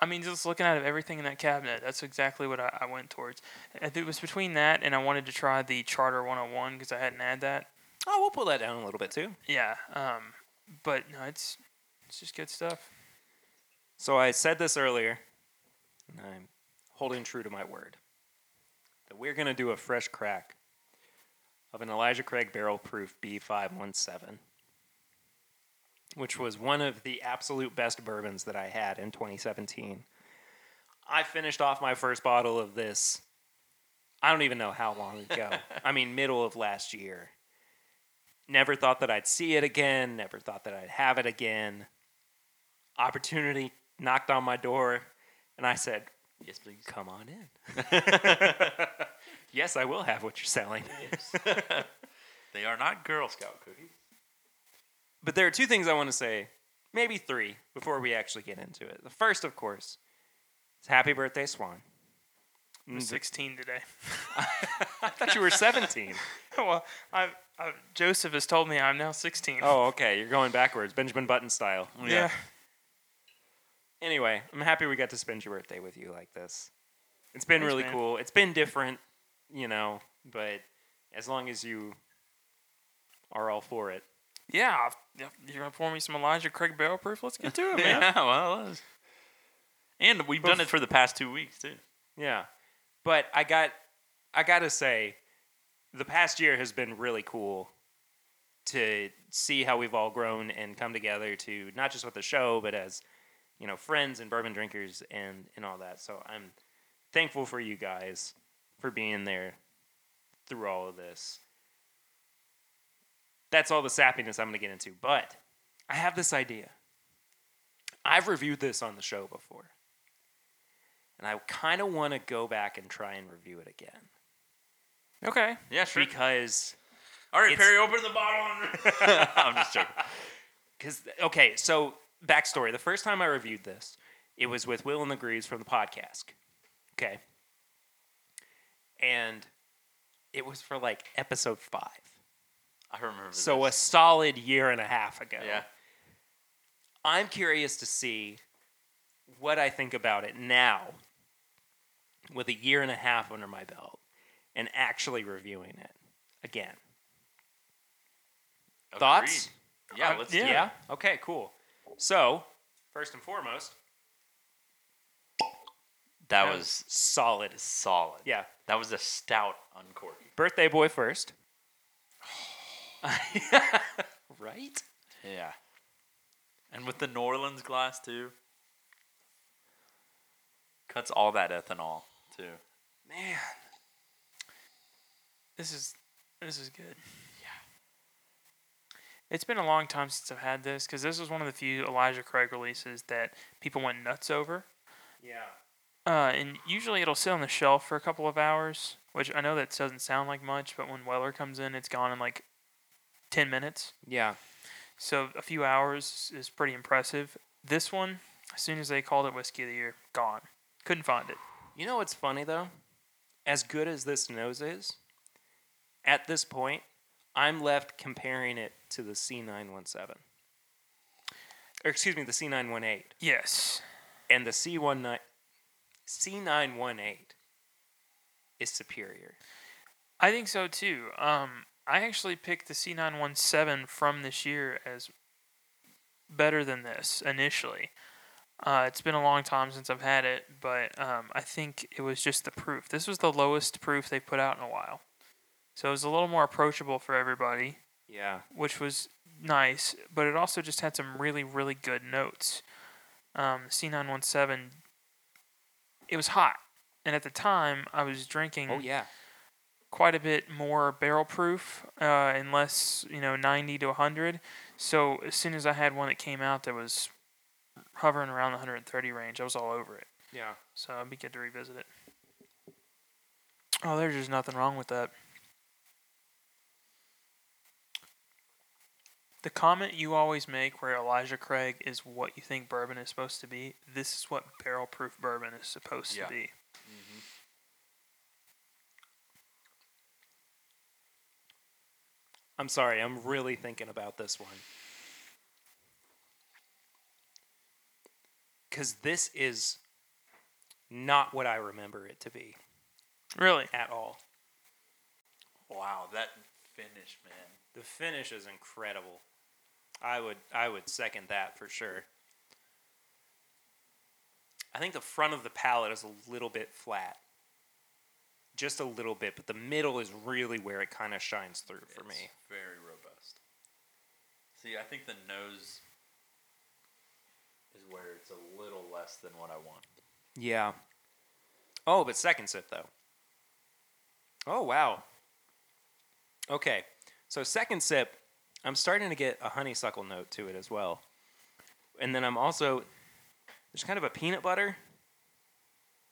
Speaker 3: I mean, just looking at everything in that cabinet, that's exactly what I, I went towards. And It was between that and I wanted to try the Charter 101 because I hadn't had that.
Speaker 1: oh, we'll pull that down a little bit too.
Speaker 3: Yeah, um, but no, it's it's just good stuff.
Speaker 1: So I said this earlier, and I'm holding true to my word that we're gonna do a fresh crack of an Elijah Craig barrel proof B517, which was one of the absolute best bourbons that I had in 2017. I finished off my first bottle of this. I don't even know how long ago. I mean, middle of last year. Never thought that I'd see it again. Never thought that I'd have it again. Opportunity knocked on my door, and I said,
Speaker 2: yes, please.
Speaker 1: Come on in. yes, I will have what you're selling.
Speaker 2: They are not Girl Scout cookies.
Speaker 1: But there are two things I want to say, maybe three, before we actually get into it. The first, of course, is happy birthday, Swan.
Speaker 3: I'm
Speaker 1: Mm,
Speaker 3: 16 today.
Speaker 1: I thought you were 17.
Speaker 3: well, I, I Joseph has told me I'm now 16.
Speaker 1: oh, okay. You're going backwards, Benjamin Button style.
Speaker 3: yeah.
Speaker 1: Anyway, I'm happy we got to spend your birthday with you like this. It's been
Speaker 3: Thanks,
Speaker 1: really
Speaker 3: man.
Speaker 1: cool. It's been different, you know, but as long as you are all for it.
Speaker 3: Yeah, if- if you're gonna pour me some Elijah Craig barrel proof. Let's get to it, man.
Speaker 2: Yeah, well, it was. and we've done
Speaker 1: Bef-
Speaker 2: it for the past two weeks too.
Speaker 1: Yeah. But I got I got to say the past year has been really cool to see how we've all grown and come together to not just with the show but as you know friends and bourbon drinkers and and all that. So I'm thankful for you guys for being there through all of this. That's all the sappiness I'm going to get into, but I have this idea. I've reviewed this on the show before and I kind of want to go back and try and review it again
Speaker 3: Okay.
Speaker 2: Yeah, sure.
Speaker 1: because
Speaker 2: All right,
Speaker 1: it's-
Speaker 2: Perry, open the bottle. I'm just joking.
Speaker 1: because okay, so backstory: the first time I reviewed this, it was with Will and the Greaves from the podcast. Okay, and it was for like episode five,
Speaker 2: I remember.
Speaker 1: so a
Speaker 2: this.
Speaker 1: solid year and a half ago.
Speaker 2: yeah,
Speaker 1: I'm curious to see what I think about it now with a year and a half under my belt and actually reviewing it again. Thoughts?
Speaker 2: Agreed. Yeah,
Speaker 3: Uh,
Speaker 2: let's
Speaker 3: yeah.
Speaker 2: do it.
Speaker 1: Yeah. Okay, cool. So, first and foremost,
Speaker 2: That
Speaker 1: that
Speaker 2: was
Speaker 1: solid.
Speaker 2: solid.
Speaker 1: Yeah.
Speaker 2: That was a stout uncorking.
Speaker 1: Birthday boy first. right?
Speaker 2: Yeah. And with the New Orleans glass too. Cuts all that ethanol too.
Speaker 1: Man.
Speaker 3: This is this is good. It's been a long time since I've had this because this was one of the few Elijah Craig releases that people went nuts over.
Speaker 1: Yeah.
Speaker 3: Uh, and usually it'll sit on the shelf for a couple of hours, which I know that doesn't sound like much, but when Weller comes in, it's gone in like 10 minutes.
Speaker 1: Yeah.
Speaker 3: So a few hours is pretty impressive. This one, as soon as they called it Whiskey of the Year, gone. Couldn't find it.
Speaker 1: You know what's funny though? As good as this nose is, at this point, I'm left comparing it to the C917. Or excuse me, the C918
Speaker 3: Yes.
Speaker 1: and the C19 C918 is superior.
Speaker 3: I think so too. Um, I actually picked the C917 from this year as better than this initially. Uh, it's been a long time since I've had it, but um, I think it was just the proof. This was the lowest proof they've put out in a while. So it was a little more approachable for everybody
Speaker 1: Yeah.
Speaker 3: which was nice, but it also just had some really, really good notes. Um, C917, it was hot. And at the time, I was drinking
Speaker 1: Oh yeah.
Speaker 3: quite a bit more barrel proof, uh, and less, you know, 90 to 100. So as soon as I had one that came out that was hovering around the 130 range, I was all over it.
Speaker 1: Yeah.
Speaker 3: So it'd be good to revisit it. Oh, there's just nothing wrong with that. The comment you always make where Elijah Craig is what you think bourbon is supposed to be, this is what barrel proof bourbon is supposed
Speaker 2: Yeah.
Speaker 3: to be.
Speaker 1: I'm sorry, I'm really thinking about this one. Cuz this is not what I remember it to be
Speaker 3: Really?
Speaker 1: at all.
Speaker 2: Wow, that finish, man.
Speaker 1: The finish is incredible. I would I would second that for sure. I think the front of the palate is a little bit flat. Just a little bit, but the middle is really where it kind of shines through for me.
Speaker 2: very robust. See, I think the nose is where it's a little less than what I want.
Speaker 1: Yeah. Oh, but second sip though. Oh wow. Okay. So second sip, I'm starting to get a honeysuckle note to it as well. And then I'm also there's kind of a peanut butter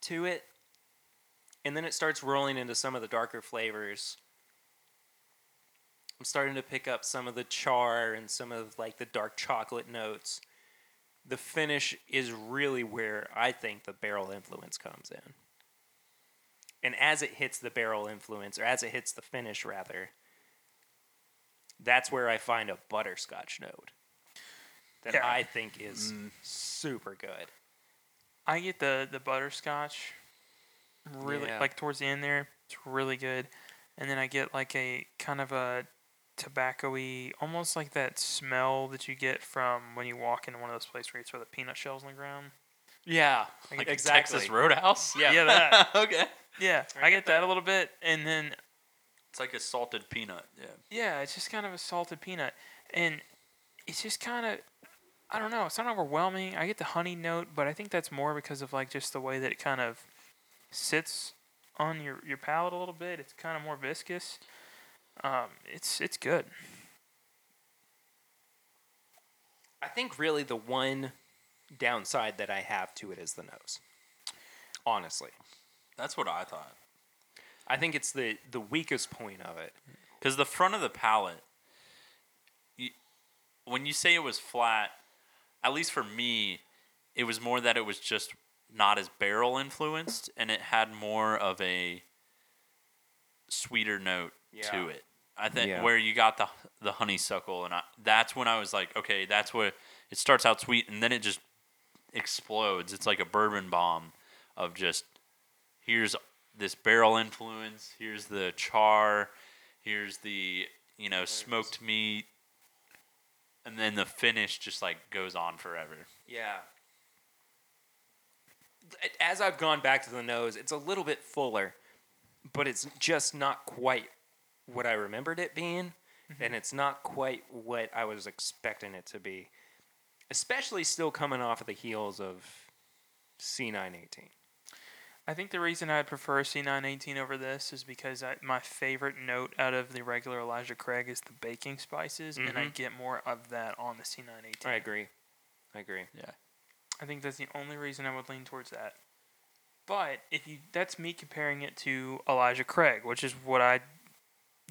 Speaker 1: to it. And then it starts rolling into some of the darker flavors. I'm starting to pick up some of the char and some of like the dark chocolate notes the finish is really where I think the barrel influence comes in. And as it hits the barrel influence, or as it hits the finish, rather, that's where I find a butterscotch note that
Speaker 3: Yeah.
Speaker 1: I think is
Speaker 2: Mm.
Speaker 1: super good.
Speaker 3: I get the the butterscotch really
Speaker 1: Yeah.
Speaker 3: like towards the end there. It's really good. And then I get like a kind of a tobacco-y, almost like that smell that you get from when you walk into one of those places where it's with the peanut shells on the ground.
Speaker 1: Yeah,
Speaker 2: Like exactly. Texas Roadhouse?
Speaker 1: Yeah.
Speaker 3: Yeah, that.
Speaker 2: okay.
Speaker 3: Yeah, I get that a little bit. And then
Speaker 2: It's like a salted peanut. Yeah.
Speaker 3: Yeah, it's just kind of a salted peanut, and it's just kind of, I don't know, it's not overwhelming. I get the honey note, but I think that's more because of like just the way that it kind of sits on your your palate a little bit. It's kind of more viscous. Um, it's it's good.
Speaker 1: I think really the one downside that I have to it is the nose. Honestly,
Speaker 2: That's what I thought.
Speaker 1: I think it's the the weakest point of it.
Speaker 2: Because the front of the palate, you, when you say it was flat, at least for me, it was more that it was just not as barrel influenced and it had more of a sweeter note
Speaker 1: Yeah.
Speaker 2: to it. I think
Speaker 1: Yeah.
Speaker 2: where you got the the honeysuckle and I, that's when I was like, okay, that's what it starts out sweet and then it just explodes. It's like a bourbon bomb of just here's this barrel influence, here's the char, here's the you know smoked meat, and then the finish just like goes on forever.
Speaker 1: Yeah. As I've gone back to the nose, it's a little bit fuller, but it's just not quite what I remembered it being, and it's not quite what I was expecting it to be, especially still coming off of the heels of C918.
Speaker 3: I think the reason I'd prefer C918 over this is because I, my favorite note out of the regular Elijah Craig is the baking spices, and I
Speaker 1: Mhm.
Speaker 3: get more of that on the C918.
Speaker 1: I agree. I agree.
Speaker 3: I think that's the only reason I would lean towards that. But if you that's me comparing it to Elijah Craig, which is what I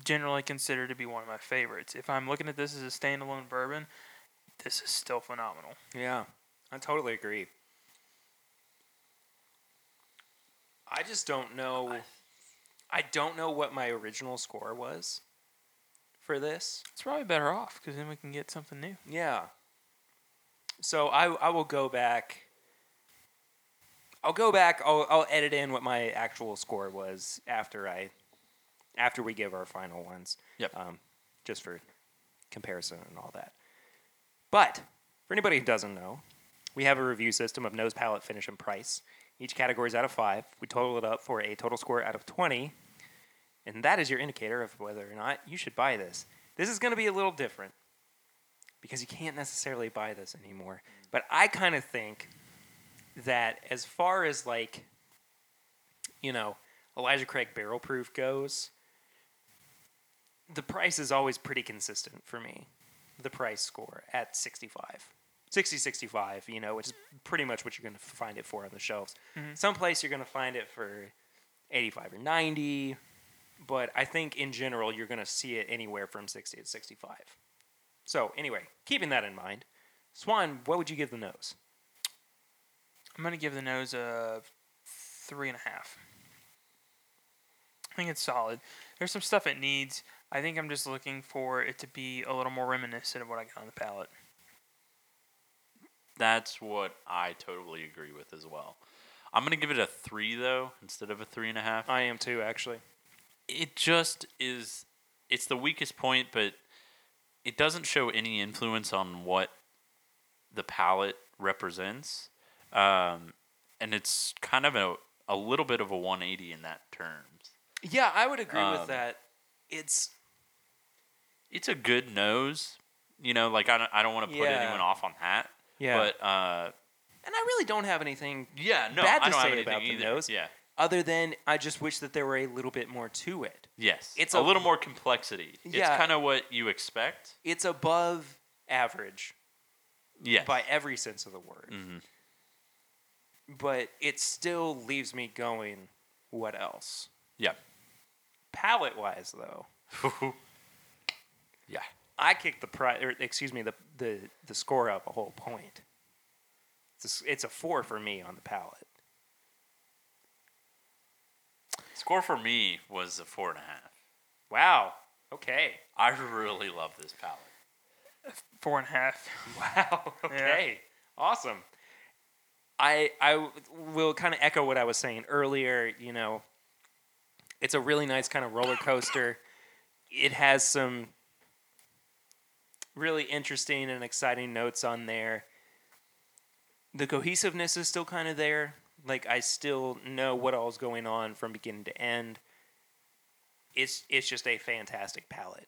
Speaker 3: generally consider to be one of my favorites. If I'm looking at this as a standalone bourbon, this is still phenomenal.
Speaker 1: Yeah, I totally agree. I just don't know. I don't know what my original score was for this.
Speaker 3: It's probably better off because then we can get something new.
Speaker 1: Yeah. So I I will go back. I'll go back. I'll I'll edit in what my actual score was after I, after we give our final ones.
Speaker 2: Yep.
Speaker 1: Um, just for comparison and all that. But for anybody who doesn't know, we have a review system of nose, palette, finish, and price. Each category is out of five. We total it up for a total score out of twenty, and that is your indicator of whether or not you should buy this. This is going to be a little different because you can't necessarily buy this anymore. But I kind of think that as far as like, you know, Elijah Craig barrel proof goes, the price is always pretty consistent for me. The price score at 65. 60 65, you know, which is pretty much what you're going to find it for on the shelves.
Speaker 3: Mhm.
Speaker 1: Someplace you're going to find it for 85 or 90, but I think in general you're going to see it anywhere from 60 to 65. So, anyway, keeping that in mind, Swan, what would you give the nose?
Speaker 3: I'm gonna give the nose a three and a half. I think it's solid. There's some stuff it needs. I think I'm just looking for it to be a little more reminiscent of what I got on the palate.
Speaker 2: That's what I totally agree with as well. I'm gonna give it a three though instead of a three and a half.
Speaker 1: I am too, actually.
Speaker 2: It just is. It's the weakest point, but it doesn't show any influence on what the palette represents, um, and it's kind of a a little bit of a 180 in that terms.
Speaker 1: Yeah, I would agree
Speaker 2: Um,
Speaker 1: with that. It's
Speaker 2: It's a good nose, you know. Like I don't, I don't want to put
Speaker 1: Yeah.
Speaker 2: anyone off on that.
Speaker 1: yeah,
Speaker 2: But uh,
Speaker 1: and I really don't have anything
Speaker 2: yeah, no,
Speaker 1: Bad
Speaker 2: I
Speaker 1: to
Speaker 2: don't have
Speaker 1: say
Speaker 2: anything
Speaker 1: about the
Speaker 2: either.
Speaker 1: nose.
Speaker 2: Yeah.
Speaker 1: other than I just wish that there were a little bit more to it.
Speaker 2: Yes.
Speaker 1: It's
Speaker 2: It's a,
Speaker 1: a-
Speaker 2: little more complexity.
Speaker 1: Yeah.
Speaker 2: It's kind of what you expect.
Speaker 1: It's above average
Speaker 2: Yes.
Speaker 1: by every sense of the word,
Speaker 2: Mhm.
Speaker 1: but it still leaves me going, "What else?"
Speaker 2: Yeah.
Speaker 1: Palette wise, though,
Speaker 2: yeah.
Speaker 1: I kicked the pri- or excuse me, the the the score up a whole point. It's a, s- it's a four for me on the palette.
Speaker 2: Score for me was a four and a half.
Speaker 1: Wow. Okay.
Speaker 2: I really love this palette.
Speaker 3: Four and a half.
Speaker 1: Wow. Okay. Awesome. I I w- will kind of echo what I was saying earlier. You know, it's a really nice kind of roller coaster. It has some really interesting and exciting notes on there. The cohesiveness is still kind of there. Like I still know what all's going on from beginning to end. It's it's just a fantastic palette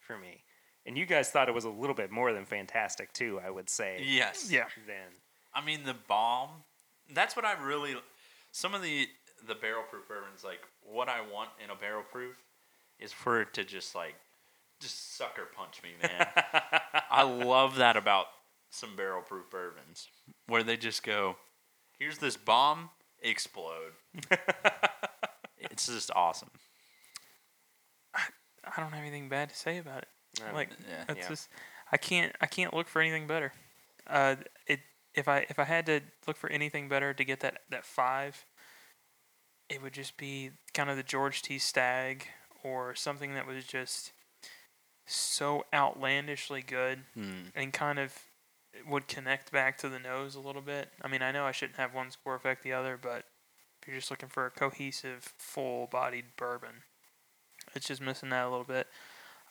Speaker 1: for me. And you guys thought it was a little bit more than fantastic too, I would say.
Speaker 2: Yes.
Speaker 3: Yeah.
Speaker 1: Then
Speaker 2: I mean the bomb. That's what I really. Some of the the barrel proof bourbons, like what I want in a barrel proof, is for it to just like just sucker punch me, man. I love that about some barrel proof bourbons, where they just go, "Here's this bomb, explode." it's just awesome.
Speaker 3: I don't have anything bad to say about it.
Speaker 1: Um,
Speaker 3: Like
Speaker 2: Yeah.
Speaker 3: that's
Speaker 1: Yeah.
Speaker 3: just I can't I can't look for anything better. Uh, it if I if I had to look for anything better to get that that five, it would just be kind of the George T. Stag or something that was just so outlandishly good
Speaker 2: Mm.
Speaker 3: and kind of would connect back to the nose a little bit. I mean, I know I shouldn't have one score affect the other, but if you're just looking for a cohesive, full-bodied bourbon, it's just missing that a little bit.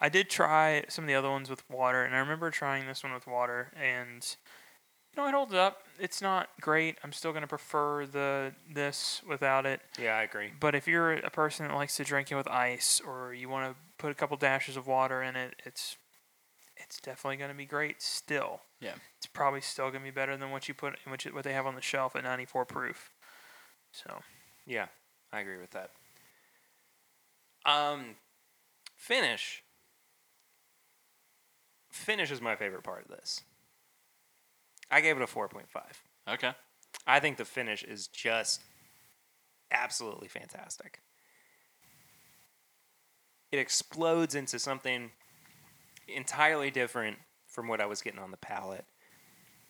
Speaker 3: I did try some of the other ones with water, and I remember trying this one with water, and you know, it holds up. It's not great. I'm still gonna prefer the this without it.
Speaker 1: yeah, I agree.
Speaker 3: But if you're a person that likes to drink it with ice, or you want to put a couple dashes of water in it, it's it's definitely going to be great. Still,
Speaker 2: Yeah.
Speaker 3: it's probably still going to be better than what you put, which what they have on the shelf at 94 proof. So
Speaker 1: Yeah, I agree with that. Um, finish. Finish is my favorite part of this. I gave it a 4.5.
Speaker 2: Okay.
Speaker 1: I think the finish is just absolutely fantastic. It explodes into something entirely different from what I was getting on the palate.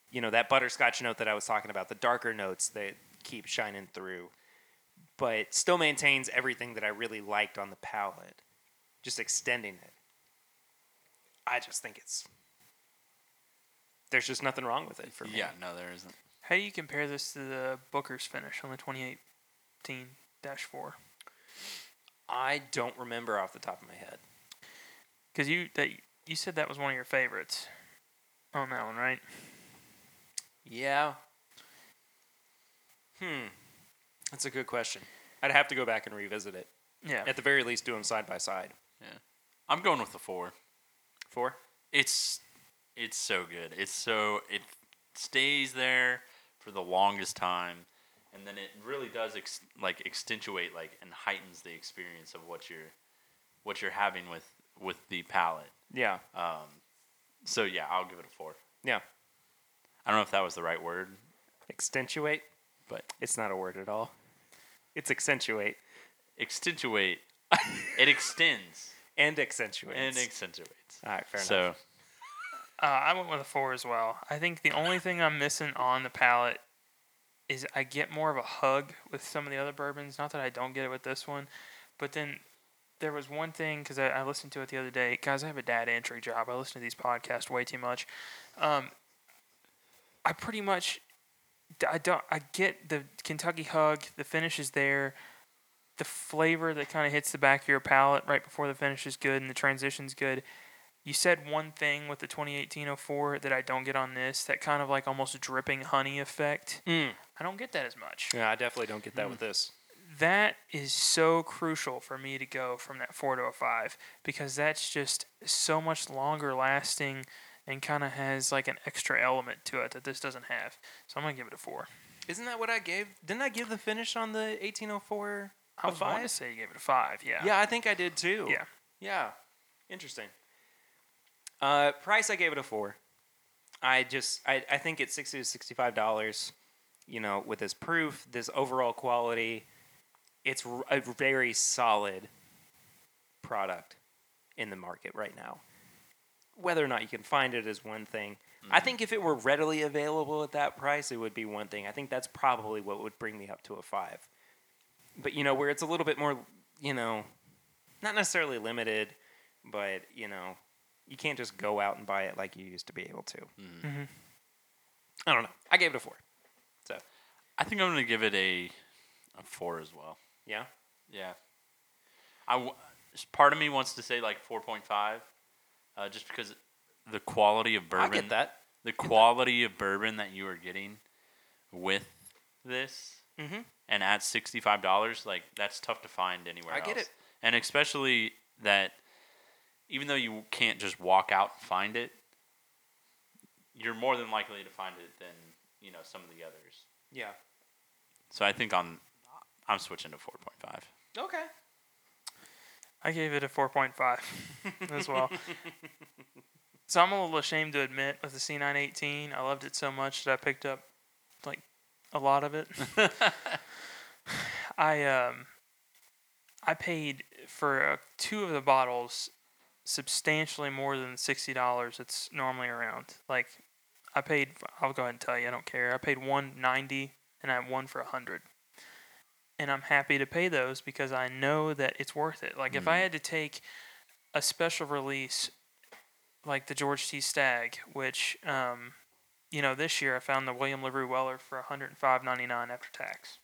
Speaker 1: You know, that butterscotch note that I was talking about, the darker notes that keep shining through, but still maintains everything that I really liked on the palate, just extending it. I just think it's. There's just nothing wrong with it for me.
Speaker 2: Yeah, no, there isn't.
Speaker 3: How do you compare this to the Booker's finish on the 2018 4?
Speaker 1: I don't remember off the top of my head.
Speaker 3: Because you that you said that was one of your favorites on that one, right?
Speaker 1: Yeah. Hmm. That's a good question. I'd have to go back and revisit it.
Speaker 3: Yeah.
Speaker 1: At the very least, do them side by side.
Speaker 2: I'm going with the four.
Speaker 1: Four.
Speaker 2: It's it's so good. It's so it stays there for the longest time, and then it really does ex- like accentuate like and heightens the experience of what you're what you're having with with the palate.
Speaker 1: Yeah. Uh,
Speaker 2: Um, so yeah, I'll give it a four.
Speaker 1: Yeah.
Speaker 2: I don't know if that was the right word,
Speaker 1: Accentuate.
Speaker 2: but
Speaker 1: It's not a word at all. It's accentuate
Speaker 2: accentuate. it extends
Speaker 1: and accentuates.
Speaker 2: and accentuates.
Speaker 1: all right, fair
Speaker 2: so
Speaker 1: enough.
Speaker 3: Uh, I went with a four as well. I think the only thing I'm missing on the palate is I get more of a hug with some of the other bourbons. Not that I don't get it with this one, but then there was one thing because I, I listened to it the other day. Guys, I have a dad entry job. I listen to these podcasts way too much. Um, I pretty much I don't I get the Kentucky hug. The finish is there. The flavor that kind of hits the back of your palate right before the finish is good and the transition's good you said one thing with the 2018-04 that I don't get on this, that kind of like almost dripping honey effect.
Speaker 1: Mm.
Speaker 3: I don't get that as much.
Speaker 1: Yeah, I definitely don't get that with this.
Speaker 3: That is so crucial for me to go from that 4 to a 5 because that's just so much longer lasting and kind of has like an extra element to it that this doesn't have. So I'm going to give it a 4.
Speaker 1: Isn't that what I gave? Didn't I give the finish on the 1804
Speaker 3: I was going to say you gave it a 5, yeah.
Speaker 1: Yeah, I think I did too.
Speaker 3: Yeah.
Speaker 1: Yeah. Interesting. Uh, price, I gave it a four. I just, I, I think it's 60 to $65, you know, with this proof, this overall quality. It's r- a very solid product in the market right now. Whether or not you can find it is one thing. I think if it were readily available at that price, it would be one thing. I think that's probably what would bring me up to a five. But, you know, where it's a little bit more, you know, not necessarily limited, but you know, you can't just go out and buy it like you used to be able to.
Speaker 3: Mhm.
Speaker 1: I don't know. I gave it a four.
Speaker 2: I think I'm gonna give it a a four as well.
Speaker 1: Yeah.
Speaker 2: Yeah. I w- part of me wants to say like 4.5, uh, just because the quality of bourbon.
Speaker 1: I get that.
Speaker 2: The quality of bourbon that you are getting with this
Speaker 1: Mm-hmm.
Speaker 2: and at $65, like that's tough to find anywhere
Speaker 1: I
Speaker 2: else.
Speaker 1: get it.
Speaker 2: And especially that even though you can't just walk out and find it, you're more than likely to find it than, you know, some of the others.
Speaker 1: Yeah.
Speaker 2: So I think on I'm switching to 4.5.
Speaker 1: Okay.
Speaker 3: I gave it a 4.5 as well. so I'm a little ashamed to admit with the C918, I loved it so much that I picked up like a lot of it. I um I paid for uh, two of the bottles substantially more than sixty dollars. It's normally around like I paid. I'll go ahead and tell you. I don't care. I paid one ninety and I had one for a hundred. And I'm happy to pay those because I know that it's worth it. Like if I had to take a special release, like the George T. Stag, which um, you know this year I found the William Larue Weller for one hundred and five ninety nine after tax.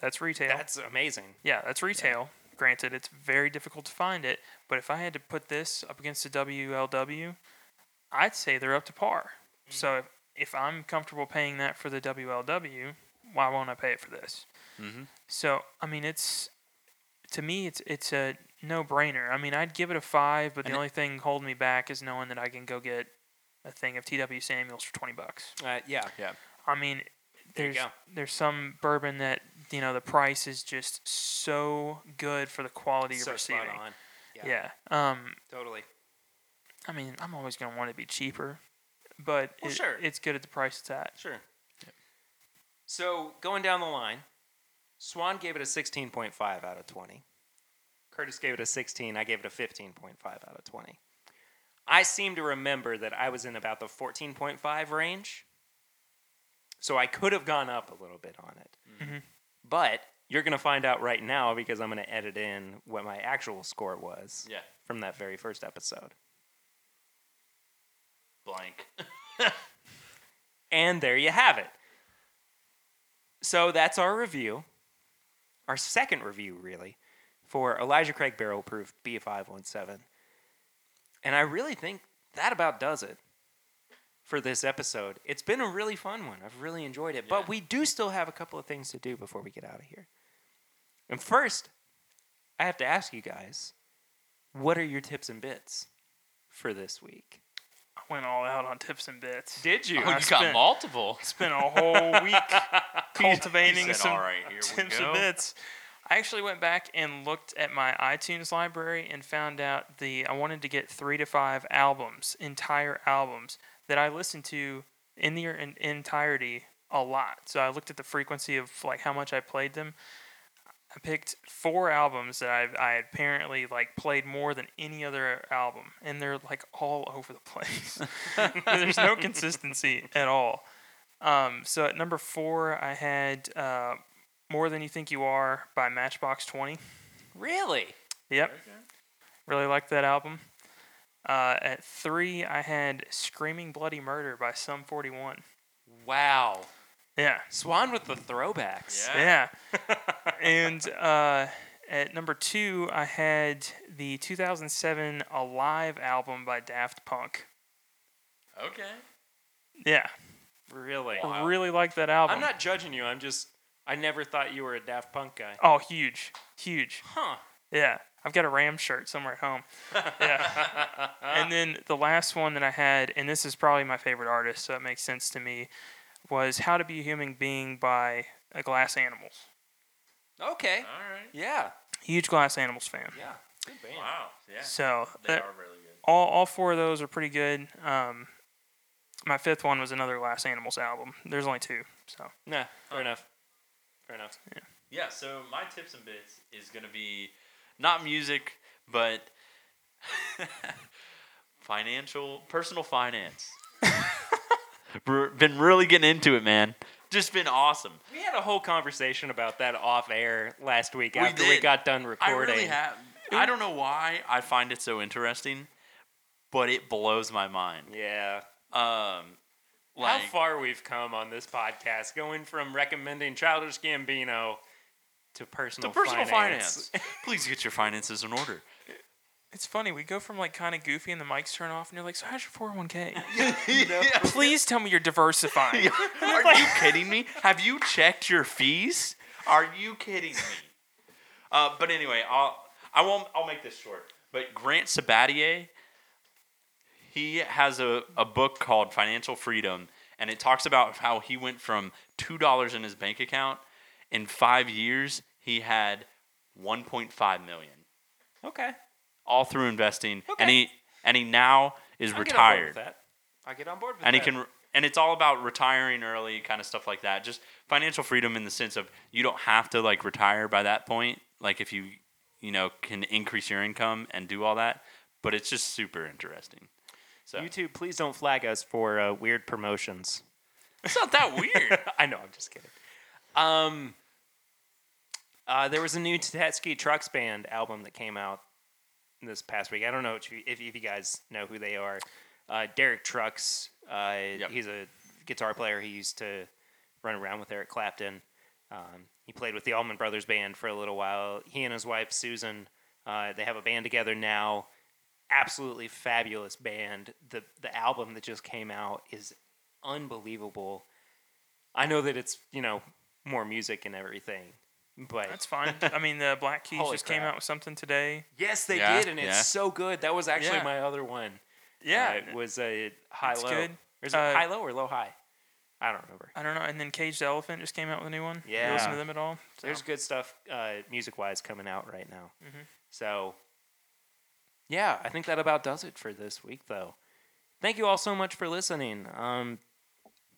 Speaker 3: That's retail.
Speaker 1: That's amazing.
Speaker 3: Yeah, that's retail. Granted, it's very difficult to find it, but if I had to put this up against the WLW, I'd say they're up to par.
Speaker 2: Mm.
Speaker 3: So if, if I'm comfortable paying that for the WLW, why won't I pay it for this?
Speaker 2: Mhm.
Speaker 3: So I mean, it's to me, it's it's a no brainer. I mean, I'd give it a five, but the
Speaker 2: And it-
Speaker 3: only thing holding me back is knowing that I can go get a thing of T.W. Samuels for twenty bucks.
Speaker 1: Uh, yeah.
Speaker 3: I mean,
Speaker 1: There you
Speaker 3: there's there's some bourbon that you know the price is just so good for the quality
Speaker 1: so
Speaker 3: you're receiving.
Speaker 1: spot on.
Speaker 3: Yeah. Um,
Speaker 1: Totally.
Speaker 3: I mean, I'm always gonna want it to be cheaper, but
Speaker 1: Well,
Speaker 3: it-
Speaker 1: sure.
Speaker 3: it's good at the price it's at.
Speaker 1: Sure. So going down the line, Swan gave it a 16.5 out of 20. Curtis gave it a 16. I gave it a 15.5 out of 20. I seem to remember that I was in about the 14.5 range. So I could have gone up a little bit on it.
Speaker 3: Mhm.
Speaker 1: But you're going to find out right now because I'm going to edit in what my actual score was
Speaker 2: Yeah.
Speaker 1: from that very first episode.
Speaker 2: Blank.
Speaker 1: And there you have it. So that's our review, our second review, really, for Elijah Craig Barrel Proof B517. And I really think that about does it for this episode. It's been a really fun one. I've really enjoyed it.
Speaker 2: Yeah.
Speaker 1: But we do still have a couple of things to do before we get out of here. And first, I have to ask you guys what are your tips and bits for this week?
Speaker 3: I went all out on tips and bits.
Speaker 1: Did
Speaker 2: Oh, you
Speaker 3: I
Speaker 2: got
Speaker 3: spent-
Speaker 2: multiple.
Speaker 3: Spent a whole week cultivating
Speaker 2: He said,
Speaker 3: some
Speaker 2: All right, here we
Speaker 3: tips
Speaker 2: go."
Speaker 3: and bits. I actually went back and looked at my iTunes library and found out the I wanted to get three to five albums, entire albums that I listened to in their in, entirety a lot. So I looked at the frequency of like how much I played them. I picked four albums that I've, I had apparently like played more than any other album, and they're like all over the place. There's no consistency at all. Um, so at number four, I had uh, "More Than You Think You Are" by Matchbox Twenty.
Speaker 1: Really?
Speaker 3: Yep, really liked that album. Uh, at three, I had "Screaming Bloody Murder" by Sum Forty One.
Speaker 1: Wow.
Speaker 3: Yeah,
Speaker 1: Swan with the throwbacks.
Speaker 2: Yeah.
Speaker 3: yeah. and uh, at number two, I had the 2007 "Alive" album by Daft Punk.
Speaker 2: Okay.
Speaker 3: Yeah,
Speaker 1: Really?
Speaker 2: Wow.
Speaker 3: really liked that album.
Speaker 1: I'm not judging you. I'm just, I never thought you were a Daft Punk guy.
Speaker 3: Oh, huge, huge.
Speaker 1: Huh.
Speaker 3: Yeah, I've got a Ram shirt somewhere at home. Yeah. and then the last one that I had, and this is probably my favorite artist, so it makes sense to me, was "How to Be a Human Being" by uh, Glass Animals.
Speaker 1: Okay.
Speaker 2: All right.
Speaker 1: Yeah.
Speaker 3: Huge Glass Animals fan.
Speaker 1: Yeah. Good band.
Speaker 2: Wow. Yeah.
Speaker 3: So
Speaker 2: They
Speaker 3: that-
Speaker 2: are really good.
Speaker 3: all all four of those are pretty good. Um, my fifth one was another Glass Animals album. There's only two, so
Speaker 1: Nah, fair enough. Fair enough.
Speaker 2: Yeah. So my tips and bits is gonna be not music, but financial, personal finance. Br- been really getting into it, man. Just been awesome.
Speaker 1: We had a whole conversation about that off air last week
Speaker 2: We
Speaker 1: after we
Speaker 2: did.
Speaker 1: got done
Speaker 2: I
Speaker 1: recording.
Speaker 2: really have. I don't know why I find it so interesting, but it blows my mind.
Speaker 1: yeah.
Speaker 2: Um, like,
Speaker 1: How far we've come on this podcast, going from recommending Childish Gambino to
Speaker 2: to
Speaker 1: personal
Speaker 2: personal
Speaker 1: finance.
Speaker 2: finance. Please get your finances in order.
Speaker 3: it's funny. We go from like kind of goofy and the mics turn off, and you're like, "So how's your 401k?"
Speaker 2: Yeah.
Speaker 3: Please tell me you're diversifying.
Speaker 2: Are you kidding me? Have you checked your fees? Are you kidding me? Uh, but anyway, I'll I won't I'll make this short. But Grant Sabatier, he has a, a book called Financial Freedom, and it talks about how he went from two dollars in his bank account in five years he had one point five million.
Speaker 1: Okay.
Speaker 2: All through investing. And
Speaker 1: Okay.
Speaker 2: he and he now is
Speaker 1: I'll get on board with
Speaker 2: retired
Speaker 1: that. I get on board with
Speaker 2: and he
Speaker 1: that.
Speaker 2: can and it's all about retiring early kind of stuff like that just financial freedom in the sense of you don't have to like retire by that point like if you you know can increase your income and do all that but it's just super interesting so
Speaker 1: YouTube, please don't flag us for uh, weird promotions.
Speaker 2: it's not that weird
Speaker 1: I know, I'm just kidding. Um, uh, there was a new Tetsky Trucks Band album that came out this past week. I don't know if you, if, if you guys know who they are. Uh, Derek Trucks, uh, he's a guitar player. He used to run around with Eric Clapton. Um, he played with the Allman Brothers Band for a little while. He and his wife, Susan, uh, they have a band together now. Absolutely fabulous band. The, the album that just came out is unbelievable. I know that it's you know more music and everything, but
Speaker 3: That's fine. I mean, the Black Keys
Speaker 1: Holy
Speaker 3: just came
Speaker 1: crap.
Speaker 3: out with something today.
Speaker 1: yes, they
Speaker 2: Yeah,
Speaker 1: did, and it's
Speaker 2: yeah.
Speaker 1: so good. That was actually
Speaker 3: Yeah.
Speaker 1: my other one.
Speaker 3: Yeah,
Speaker 1: uh, it was a high
Speaker 3: it's
Speaker 1: low.
Speaker 3: good.
Speaker 1: Is it
Speaker 3: Uh,
Speaker 1: high low or low high? I don't remember.
Speaker 3: I don't know. And then Caged Elephant just came out with a new one. You
Speaker 1: Yeah.
Speaker 3: listen to them at all? So-
Speaker 1: There's good stuff uh, music wise coming out right now.
Speaker 3: Mhm.
Speaker 1: So, yeah, I think that about does it for this week, though. Thank you all so much for listening. Um,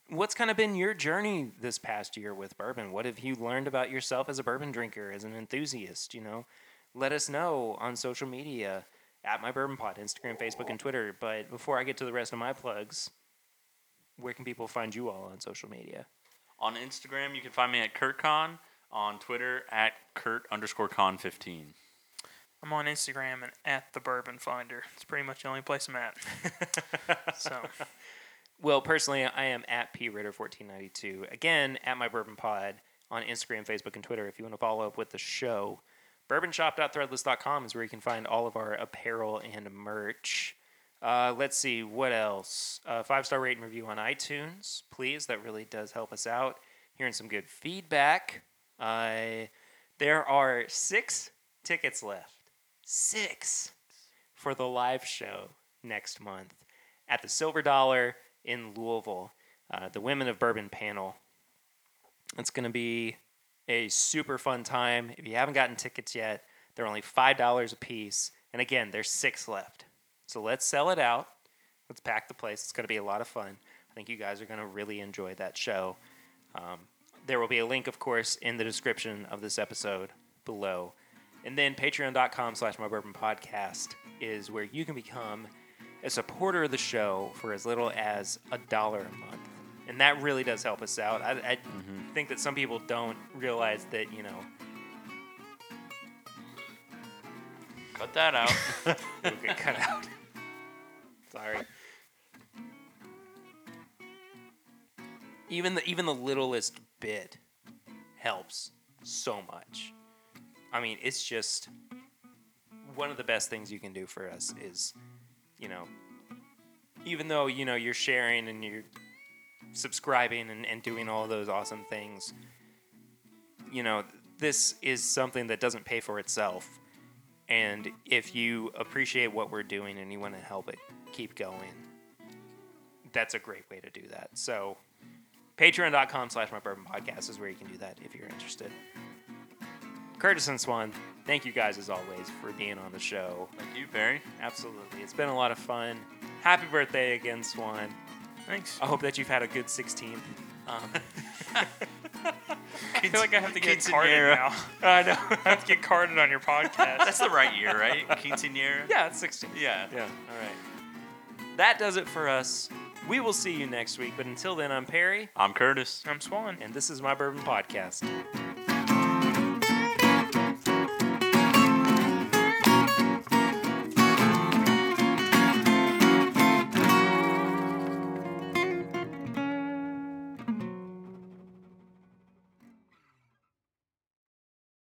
Speaker 1: what's kind of been your journey this past year with bourbon? What have you learned about yourself as a bourbon drinker, as an enthusiast? You know, let us know on social media at my bourbon pod, Instagram, Facebook, and Twitter. But before I get to the rest of my plugs, where can people find you all on social media?
Speaker 2: On Instagram, you can find me at KurtCon. On Twitter, at Kurt underscore con 15.
Speaker 3: I'm on Instagram and at the Bourbon Finder. It's pretty much the only place I'm at. so
Speaker 1: Well, personally, I am at pritter1492. Again, at my bourbon pod on Instagram, Facebook, and Twitter. If you want to follow up with the show, bourbonshop.threadless.com is where you can find all of our apparel and merch. Uh, let's see what else. Uh, Five star rating review on iTunes, please. That really does help us out. Hearing some good feedback. Uh, there are six tickets left. Six for the live show next month at the Silver Dollar in Louisville, uh, the Women of Bourbon panel. It's going to be a super fun time. If you haven't gotten tickets yet, they're only $5 a piece. And again, there's six left. So let's sell it out. Let's pack the place. It's going to be a lot of fun. I think you guys are going to really enjoy that show. Um, there will be a link, of course, in the description of this episode below. And then patreon.com slash my bourbon podcast is where you can become a supporter of the show for as little as a dollar a month. And that really does help us out. I, I think that some people don't realize that, you know,
Speaker 2: Cut that out.
Speaker 1: it'll get cut out. Sorry. Even the even the littlest bit helps so much. I mean, it's just one of the best things you can do for us is, you know, even though you know you're sharing and you're subscribing and, and doing all those awesome things, you know, this is something that doesn't pay for itself. And if you appreciate what we're doing and you want to help it keep going, that's a great way to do that. So patreon.com slash my bourbon podcast is where you can do that if you're interested. Curtis and Swan, thank you guys as always for being on the show.
Speaker 2: Thank you, Barry.
Speaker 1: Absolutely. It's been a lot of fun. Happy birthday again, Swan.
Speaker 3: thanks.
Speaker 1: I hope that you've had a good 16th. Um,
Speaker 3: I feel like I have to get carded
Speaker 2: Quinceañera.
Speaker 3: now. I know. I have to get carded on your podcast.
Speaker 2: That's the right year, right? Quinceanera?
Speaker 1: yeah, it's 16.
Speaker 2: Yeah.
Speaker 1: Yeah. All right. That does it for us. We will see you next week. But until then, I'm Perry,
Speaker 2: I'm Curtis.
Speaker 3: I'm swollen.
Speaker 1: and this is my bourbon podcast.